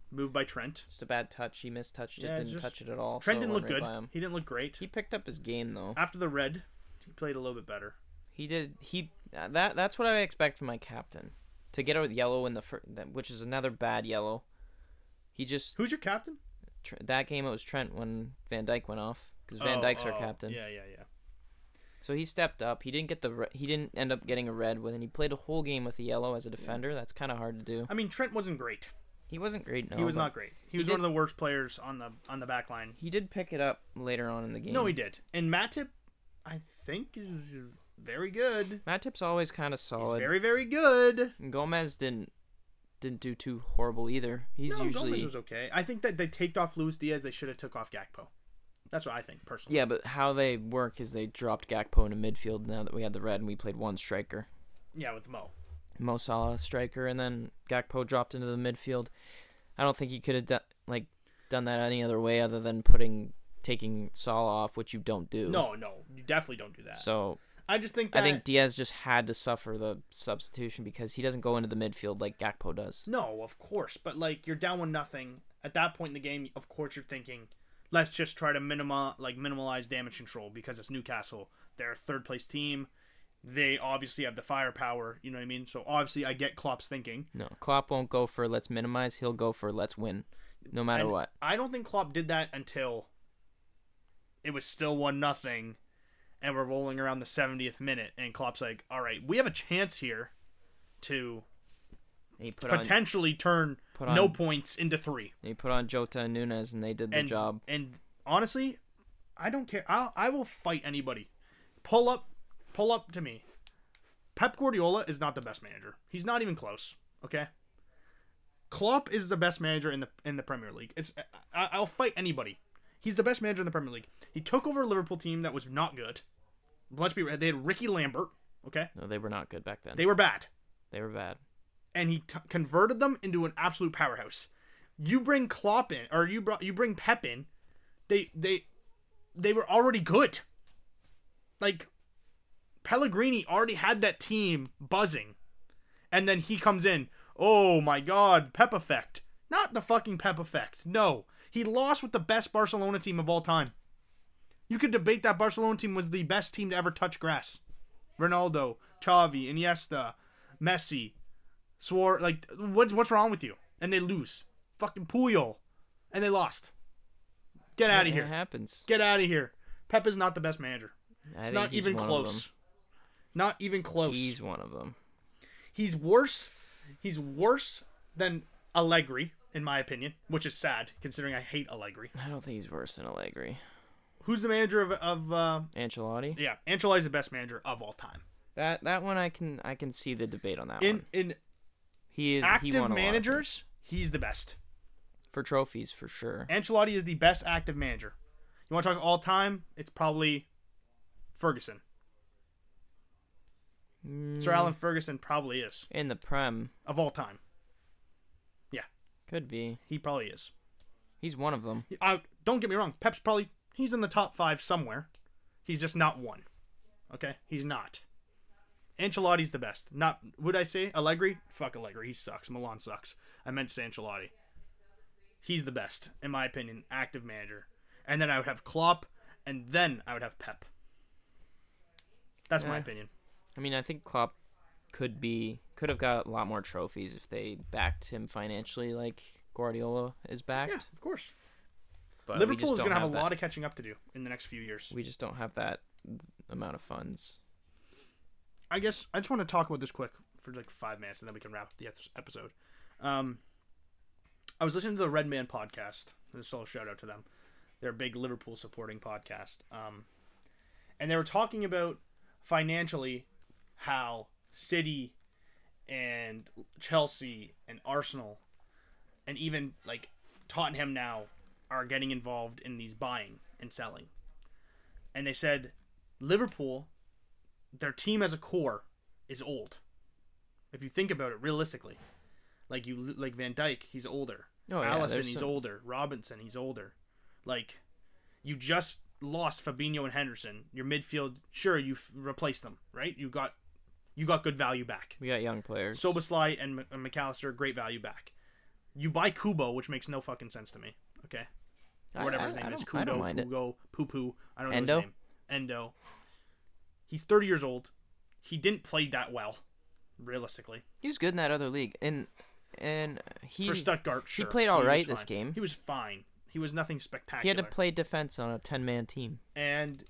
Speaker 1: move by Trent.
Speaker 2: just a bad touch. He mistouched it.
Speaker 1: Yeah, it's
Speaker 2: didn't
Speaker 1: just-
Speaker 2: touch it at all.
Speaker 1: Trent
Speaker 2: so it
Speaker 1: didn't
Speaker 2: went
Speaker 1: look
Speaker 2: right
Speaker 1: good.
Speaker 2: by him.
Speaker 1: He didn't look great.
Speaker 2: He picked up his game though.
Speaker 1: After the red, he played a little bit better.
Speaker 2: He did. He uh, that that's what I expect from my captain to get out yellow in the first, which is another bad yellow. He just
Speaker 1: Who's your captain?
Speaker 2: tr- that game it was Trent when Van Dyke went off because
Speaker 1: Oh,
Speaker 2: Van Dyke's our captain.
Speaker 1: Yeah, yeah, yeah.
Speaker 2: So he stepped up. He didn't get the re- he didn't end up getting a red when he played a whole game with a yellow as a defender. That's kind of hard to do.
Speaker 1: I mean, Trent wasn't great.
Speaker 2: He wasn't great. No,
Speaker 1: He was
Speaker 2: Oh, but
Speaker 1: not great. He was one
Speaker 2: did-
Speaker 1: of the worst players on the on the back line.
Speaker 2: He did pick it up later on in the game.
Speaker 1: No, he did. And Matip, I think, is very good.
Speaker 2: Matip's always kind of
Speaker 1: He's
Speaker 2: solid.
Speaker 1: very, very good.
Speaker 2: And Gomez didn't didn't do too horrible either. He's
Speaker 1: no,
Speaker 2: usually
Speaker 1: Gomez was okay. I think that they taked off Luis Diaz. They should have took off Gakpo. That's what I think personally.
Speaker 2: yeah, but how they work is they dropped Gakpo into midfield now that we had the red and we played one striker.
Speaker 1: Yeah, with Mo.
Speaker 2: Mo Salah striker and then Gakpo dropped into the midfield. I don't think you could have done like done that any other way other than putting taking Salah off, which you don't do.
Speaker 1: No, no, you definitely don't do that.
Speaker 2: So
Speaker 1: I just think that,
Speaker 2: I think Diaz just had to suffer the substitution because he doesn't go into the midfield like Gakpo does.
Speaker 1: no, of course, but like you're down one nothing at that point in the game. Of course, you're thinking, let's just try to minima like minimalize damage control because it's Newcastle. They're a third place team. They obviously have the firepower. You know what I mean? So obviously, I get Klopp's thinking.
Speaker 2: No, Klopp won't go for let's minimize. He'll go for let's win, no matter
Speaker 1: And
Speaker 2: what.
Speaker 1: I don't think Klopp did that until it was still one nothing, and we're rolling around the 70th minute, and Klopp's like, "All right, we have a chance here to
Speaker 2: And he put on
Speaker 1: potentially turn
Speaker 2: put
Speaker 1: no
Speaker 2: on-
Speaker 1: points into three.
Speaker 2: and he put on Jota and Nunes, and they did the
Speaker 1: and
Speaker 2: job.
Speaker 1: and honestly, I don't care. I'll, I will fight anybody. Pull up, pull up to me. Pep Guardiola is not the best manager. He's not even close. Okay. Klopp is the best manager in the in the Premier League. It's I, I'll fight anybody. He's the best manager in the Premier League. He took over a Liverpool team that was not good. Let's be real. They had Ricky Lambert. Okay,
Speaker 2: No, they were not good back then. They,
Speaker 1: they were bad
Speaker 2: were bad.
Speaker 1: and he t- converted them into an absolute powerhouse. You bring Klopp in, or you brought you bring Pep in. They they they were already good. Like Pellegrini already had that team buzzing, and then he comes in. Oh my God, Pep effect. Not the fucking Pep effect. No, he lost with the best Barcelona team of all time. You could debate that Barcelona team was the best team to ever touch grass. Ronaldo, Xavi, Iniesta, Messi, swore like what's what's wrong with you and they lose fucking Puyol, and they lost. Get out of
Speaker 2: It
Speaker 1: here.
Speaker 2: happens.
Speaker 1: Get out of here. Pep is not the best manager. It's
Speaker 2: I think
Speaker 1: not
Speaker 2: he's
Speaker 1: even
Speaker 2: one of
Speaker 1: close. Not even
Speaker 2: them.
Speaker 1: close.
Speaker 2: He's one of them.
Speaker 1: He's worse. He's worse than Allegri, in my opinion, which is sad considering I hate Allegri.
Speaker 2: I don't think he's worse than Allegri.
Speaker 1: Who's the manager of of uh,
Speaker 2: Ancelotti.
Speaker 1: yeah? Ancelotti's the best manager of all time.
Speaker 2: That that one I can I can see the debate on that
Speaker 1: In
Speaker 2: one.
Speaker 1: in
Speaker 2: He is he won a
Speaker 1: active
Speaker 2: lot of things.
Speaker 1: managers, he's the best.
Speaker 2: for trophies for sure.
Speaker 1: Ancelotti is the best active manager. You want to talk all time? It's probably Ferguson.
Speaker 2: Mm.
Speaker 1: Sir Alan Ferguson probably is
Speaker 2: In the Prem,
Speaker 1: of all time.
Speaker 2: could be.
Speaker 1: He probably is.
Speaker 2: He's one of them.
Speaker 1: I, Uh, don't get me wrong. Pep's probably he's in the top five somewhere. He's just not one. Okay, he's not. Ancelotti's the best. Not would I say Allegri? Fuck Allegri. He sucks. Milan sucks. I meant to say Ancelotti. He's the best in my opinion. Active manager. And then I would have Klopp, and then I would have Pep. That's my
Speaker 2: Yeah.
Speaker 1: opinion.
Speaker 2: I mean, I think Klopp could be could have got a lot more trophies if they backed him financially, like Guardiola is backed.
Speaker 1: Yeah, of course.
Speaker 2: But we
Speaker 1: Liverpool
Speaker 2: just
Speaker 1: is
Speaker 2: don't
Speaker 1: gonna have,
Speaker 2: have
Speaker 1: a
Speaker 2: that.
Speaker 1: lot of catching up to do in the next few years.
Speaker 2: We just don't have that amount of funds.
Speaker 1: I guess I just want to talk about this quick for like five minutes, and then we can wrap up the eth- episode. Um, I was listening to the Red Man podcast. This is all a shout out to them. They're a big Liverpool supporting podcast. Um, and they were talking about financially how City and Chelsea and Arsenal and even like Tottenham now are getting involved in these buying and selling. And they said Liverpool their team as a core is old. If you think about it realistically, like you like Van Dyke, he's older.
Speaker 2: Oh, yeah,
Speaker 1: Allison,
Speaker 2: there's
Speaker 1: he's
Speaker 2: some-
Speaker 1: older. Robinson, he's older. Like you just lost Fabinho and Henderson. Your midfield, sure, you f- replaced them, right? You got you got good value back.
Speaker 2: We got young players.
Speaker 1: Soboslai and M- and McAllister, great value back. You buy Kubo, which makes no fucking sense to me. Okay,
Speaker 2: I-
Speaker 1: whatever
Speaker 2: I-
Speaker 1: his name
Speaker 2: I
Speaker 1: is,
Speaker 2: don't- I don't
Speaker 1: Kubo,
Speaker 2: mind it.
Speaker 1: Kugo, Poo Poo. I don't know
Speaker 2: Endo?
Speaker 1: his name. Endo. He's 30 years old. He didn't play that well, realistically.
Speaker 2: He was good in that other league, and and he
Speaker 1: For Stuttgart, sure.
Speaker 2: played
Speaker 1: all
Speaker 2: all
Speaker 1: right
Speaker 2: right this game.
Speaker 1: He was fine. He was nothing spectacular.
Speaker 2: he had to play defense on a ten man team.
Speaker 1: and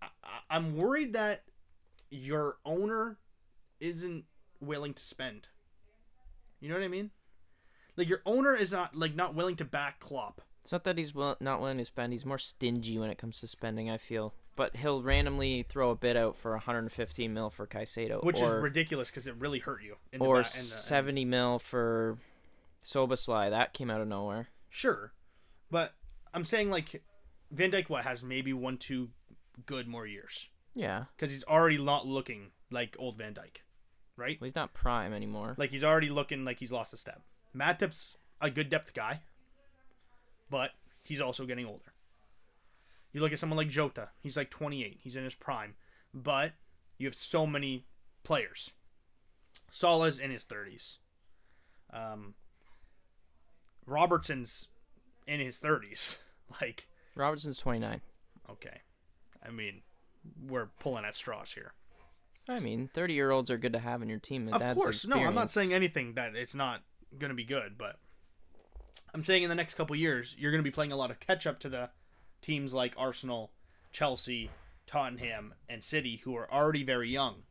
Speaker 1: I, I- I'm worried that your owner isn't willing to spend. You know what I mean? Like your owner is not like not willing to back Klopp.
Speaker 2: It's not that he's will- not willing to spend. He's more stingy when it comes to spending. I feel, but he'll randomly throw a bid out for 115 mil for Caicedo,
Speaker 1: which
Speaker 2: or,
Speaker 1: is ridiculous because it really hurt you. In
Speaker 2: or
Speaker 1: ba- in in-
Speaker 2: 70 mil for Soboslai. That came out of nowhere.
Speaker 1: sure, but I'm saying like Van Dyke what has maybe one two good more years
Speaker 2: Yeah,
Speaker 1: because he's already not looking like old Van Dyke, right?
Speaker 2: well, he's not prime anymore.
Speaker 1: Like he's already looking like he's lost a step. Matip's a good depth guy, but he's also getting older. You look at someone like Jota, he's like 28, he's in his prime, but you have so many players. Salah's in his 30s. Um, Robertson's in his 30s. Like,
Speaker 2: Robertson's 29.
Speaker 1: okay, I mean, we're pulling at straws here.
Speaker 2: I mean, 30 year olds are good to have in your team.
Speaker 1: Of
Speaker 2: That's
Speaker 1: course, no, I'm not
Speaker 2: experience.
Speaker 1: saying anything that it's not going to be good, but I'm saying in the next couple years you're going to be playing a lot of catch up to the teams like Arsenal, Chelsea, Tottenham, and City who are already very young.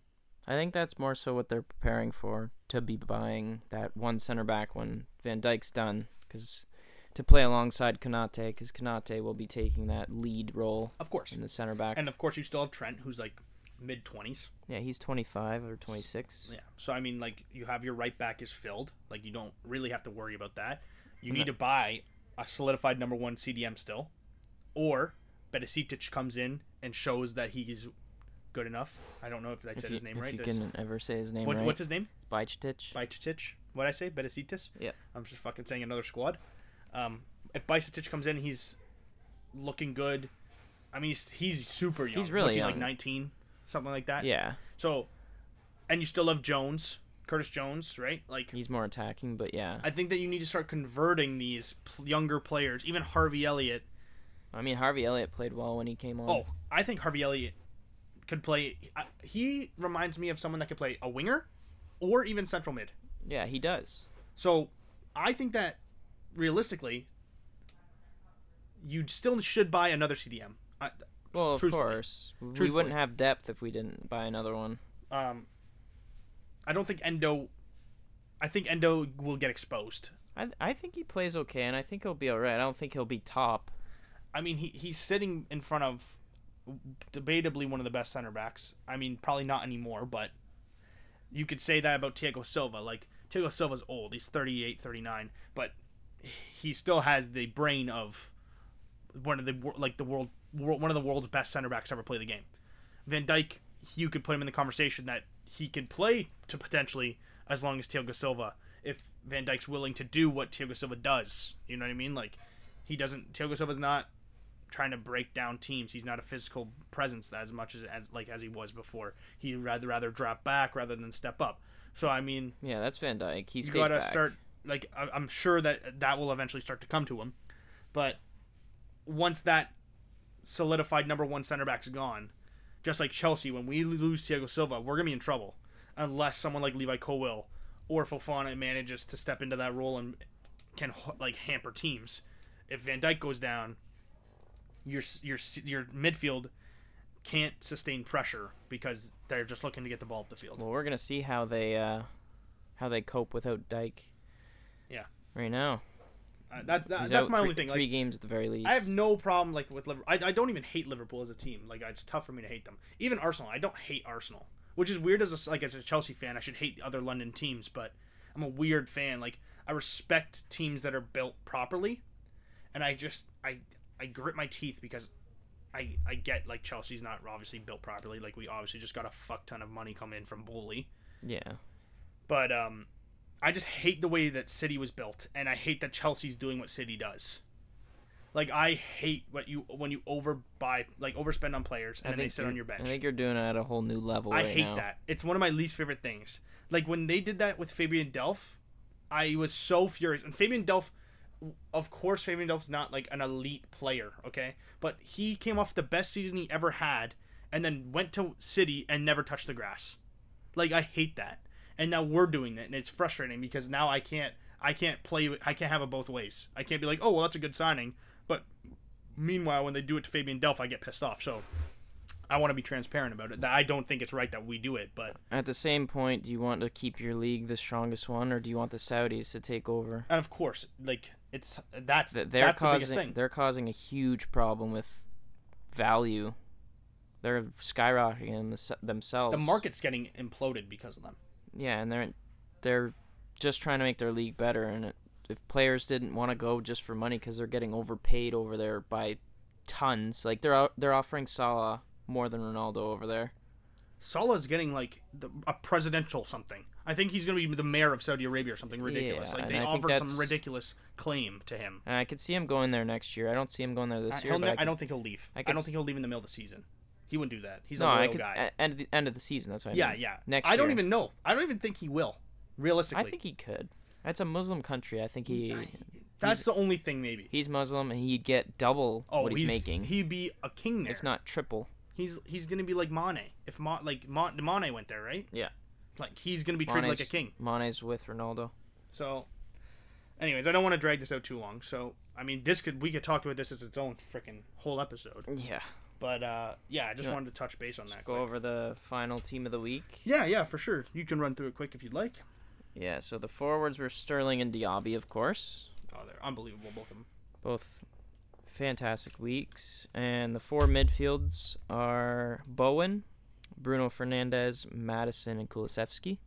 Speaker 2: I think that's more so what they're preparing for to be buying that one center back when Van Dyke's done, because to play alongside Kanate, because Kanate will be taking that lead role
Speaker 1: Of course,
Speaker 2: in the center back.
Speaker 1: and of course you still have Trent, who's like mid 20s.
Speaker 2: yeah, he's 25 or 26.
Speaker 1: Yeah, so I mean, like you have your right back is filled. Like you don't really have to worry about that. You need to buy a solidified number one CDM still, or Betesetic comes in and shows that he's good enough. I don't know if I
Speaker 2: If
Speaker 1: said
Speaker 2: you,
Speaker 1: his name
Speaker 2: if
Speaker 1: right.
Speaker 2: you
Speaker 1: That's-
Speaker 2: can ever say his name
Speaker 1: What,
Speaker 2: right,
Speaker 1: What's his name?
Speaker 2: Bajtic.
Speaker 1: Bajcetic. What I say? Betesetis.
Speaker 2: Yeah.
Speaker 1: I'm just fucking saying another squad. Um, if Bajcetic comes in, he's looking good. I mean, he's, he's super young.
Speaker 2: He's really
Speaker 1: What's he, like
Speaker 2: young.
Speaker 1: 19, something like that.
Speaker 2: Yeah,
Speaker 1: So, and you still love Jones, Curtis Jones, right? Like,
Speaker 2: he's more attacking, but yeah.
Speaker 1: I think that you need to start converting these pl- younger players, even Harvey Elliott.
Speaker 2: I mean, Harvey Elliott played well when he came on.
Speaker 1: Oh, I think Harvey Elliott could play. I- He reminds me of someone that could play a winger or even central mid.
Speaker 2: Yeah, he does.
Speaker 1: So I think that realistically, you still should buy another CDM. I,
Speaker 2: Well, of
Speaker 1: Truthfully.
Speaker 2: course, we
Speaker 1: Truthfully.
Speaker 2: wouldn't have depth if we didn't buy another one.
Speaker 1: um, I don't think Endo. I think Endo will get exposed.
Speaker 2: I I think he plays okay, and I think he'll be all right. I don't think he'll be top.
Speaker 1: I mean, he, he's sitting in front of debatably one of the best center backs. I mean, probably not anymore, but you could say that about Thiago Silva. Like, Thiago Silva's old. He's 38, 39, but he still has the brain of one of the wor- like the world, world one of the world's best center backs ever play the game. Van Dyke, you could put him in the conversation that he could play to potentially as long as Thiago Silva if Van Dyke's willing to do what Thiago Silva does. You know what I mean? Like he doesn't Thiago Silva's not trying to break down teams. He's not a physical presence as much as, as like as he was before. He rather rather drop back rather than step up. So I mean,
Speaker 2: Yeah, that's Van Dyke. He's
Speaker 1: you gotta start like I- i'm sure that that will eventually start to come to him but once that solidified number one center back's gone just like chelsea when we lose thiago silva we're gonna be in trouble unless someone like levi colwill or fofana manages to step into that role and can like hamper teams if van dyke goes down your your your midfield can't sustain pressure because they're just looking to get the ball up the field
Speaker 2: Well, we're gonna see how they uh, how they cope without Dyke.
Speaker 1: Yeah.
Speaker 2: Right now,
Speaker 1: Uh, that, that,
Speaker 2: He's
Speaker 1: that's
Speaker 2: out
Speaker 1: my
Speaker 2: three,
Speaker 1: only thing like
Speaker 2: Three games at the very least.
Speaker 1: I have no problem like with Liverpool. I, I don't even hate Liverpool as a team. Like it's tough for me to hate them. Even Arsenal, I don't hate Arsenal, which is weird as a like as a Chelsea fan. I should hate the other London teams, but I'm a weird fan. Like I respect teams that are built properly, and I just I I grit my teeth because I I get like Chelsea's not obviously built properly. Like we obviously just got a fuck ton of money come in from Bully,
Speaker 2: Yeah.
Speaker 1: but um. I just hate the way that City was built, and I hate that Chelsea's doing what City does. Like I hate what you when you overbuy, like overspend on players, and
Speaker 2: I
Speaker 1: then they
Speaker 2: think
Speaker 1: sit on your
Speaker 2: you're-
Speaker 1: bench.
Speaker 2: I think you're doing it at a whole new level.
Speaker 1: I
Speaker 2: right
Speaker 1: hate
Speaker 2: now.
Speaker 1: that. It's one of my least favorite things. Like when they did that with Fabian Delph, I was so furious. And Fabian Delph, of course, Fabian Delph's not like an elite player, okay? But he came off the best season he ever had, and then went to City and never touched the grass. Like I hate that. And now we're doing that, and it's frustrating because now I can't, I can't play, I can't have it both ways. I can't be like, oh well, that's a good signing, but meanwhile, when they do it to Fabian Delph, I get pissed off. So. I want to be transparent about it. That I don't think it's right that we do it, but
Speaker 2: At the same point, do you want to keep your league the strongest one, or do you want the Saudis to take over?
Speaker 1: and of course, like it's that's
Speaker 2: Th- They're
Speaker 1: that's the biggest
Speaker 2: causing
Speaker 1: thing.
Speaker 2: they're causing a huge problem with value. They're skyrocketing thems- themselves.
Speaker 1: The market's getting imploded because of them.
Speaker 2: Yeah, and they're they're just trying to make their league better. And it, if players didn't want to go just for money because they're getting overpaid over there by tons, like they're out, they're offering Salah more than Ronaldo over there.
Speaker 1: Salah's getting like the, a presidential something. I think he's going to be the mayor of Saudi Arabia or something ridiculous.
Speaker 2: Yeah,
Speaker 1: like
Speaker 2: and
Speaker 1: they
Speaker 2: I think
Speaker 1: offered some
Speaker 2: that's-
Speaker 1: ridiculous claim to him.
Speaker 2: And I could see him going there next year. I don't see him going there this
Speaker 1: I,
Speaker 2: year.
Speaker 1: he'll
Speaker 2: but
Speaker 1: ne-
Speaker 2: I,
Speaker 1: I,
Speaker 2: could-
Speaker 1: don't think he'll leave. I,
Speaker 2: I could
Speaker 1: don't
Speaker 2: s-
Speaker 1: think he'll leave in the middle of the season. He wouldn't do that. He's a
Speaker 2: No,
Speaker 1: loyal
Speaker 2: I could
Speaker 1: guy.
Speaker 2: a- end of the end of the season. That's what I
Speaker 1: yeah,
Speaker 2: mean.
Speaker 1: yeah.
Speaker 2: Next
Speaker 1: I don't
Speaker 2: year.
Speaker 1: even know. I don't even think he will. Realistically,
Speaker 2: I think he could. That's a Muslim country. I think he
Speaker 1: that's the only thing. Maybe.
Speaker 2: he's Muslim and he'd get double
Speaker 1: oh,
Speaker 2: what he's, making,
Speaker 1: He'd be a king there.
Speaker 2: if not triple.
Speaker 1: He's he's gonna be like Mane. If Ma, like Ma, Mane went there, right?
Speaker 2: Yeah.
Speaker 1: Like he's gonna be treated like a king.
Speaker 2: Mane's with Ronaldo.
Speaker 1: So, anyways, I don't want to drag this out too long. So, I mean, this could we could talk about this as its own freaking whole episode.
Speaker 2: Yeah.
Speaker 1: But uh, yeah, I just
Speaker 2: Yeah.
Speaker 1: wanted to touch base on that.
Speaker 2: Go
Speaker 1: quick.
Speaker 2: over the final team of the week.
Speaker 1: Yeah, yeah, for sure. You can run through it quick if you'd like.
Speaker 2: Yeah, so the forwards were Sterling and Diaby, of course.
Speaker 1: Oh, they're unbelievable, both of them.
Speaker 2: Both fantastic weeks. And the four midfields are Bowen, Bruno Fernandez, Madison, and Kulisevsky.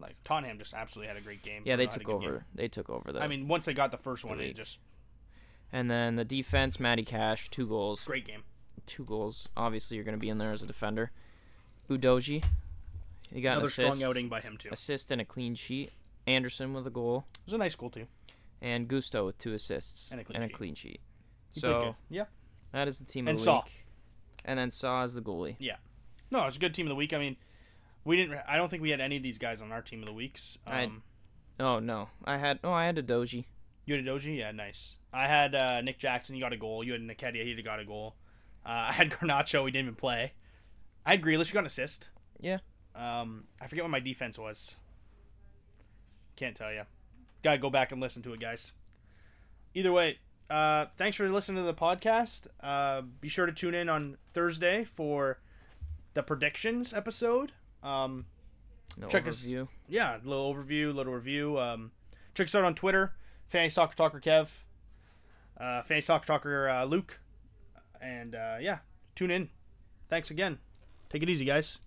Speaker 1: Like Tottenham just absolutely had a great game.
Speaker 2: Yeah, they
Speaker 1: Bruno had a
Speaker 2: took
Speaker 1: good game.
Speaker 2: over. They took over the
Speaker 1: I mean, once they got the first one, it
Speaker 2: league.
Speaker 1: just
Speaker 2: and then the defense, Matty Cash, two goals.
Speaker 1: great game.
Speaker 2: two goals. Obviously, you're going to be in there as a defender. Udoji, he got
Speaker 1: Another
Speaker 2: an assist,
Speaker 1: strong outing by him too. It
Speaker 2: assist and a clean sheet. Anderson with a goal,
Speaker 1: was a nice goal too.
Speaker 2: and Gusto with two assists
Speaker 1: And a clean sheet.
Speaker 2: sheet.
Speaker 1: He played
Speaker 2: So
Speaker 1: good. yeah,
Speaker 2: that is the team
Speaker 1: And
Speaker 2: of the
Speaker 1: Saw.
Speaker 2: week. And then Saw is the goalie.
Speaker 1: No, it's a good team of the week. I mean, we didn't. I don't think we had any of these guys on our team of the weeks. Um,
Speaker 2: I- Oh no, I had oh I had a Doji.
Speaker 1: you had Doji, yeah, nice. I had uh, Nick Jackson. He got a goal. You had Nikedia. He got a goal. Uh, I had Garnacho. He didn't even play. I had Grealish. He got an assist.
Speaker 2: Yeah.
Speaker 1: Um, I forget what my defense was. Can't tell you. Gotta go back and listen to it, guys. either way, uh, thanks for listening to the podcast. Uh, be sure to tune in on Thursday for the predictions episode. Um,
Speaker 2: No
Speaker 1: Check us-
Speaker 2: overview.
Speaker 1: yeah, a little overview, little review. Um, check us out on Twitter, Fanny Soccer Talker Kev, uh, Fanny Soccer Talker uh, Luke, and uh, yeah, tune in. Thanks again. Take it easy, guys.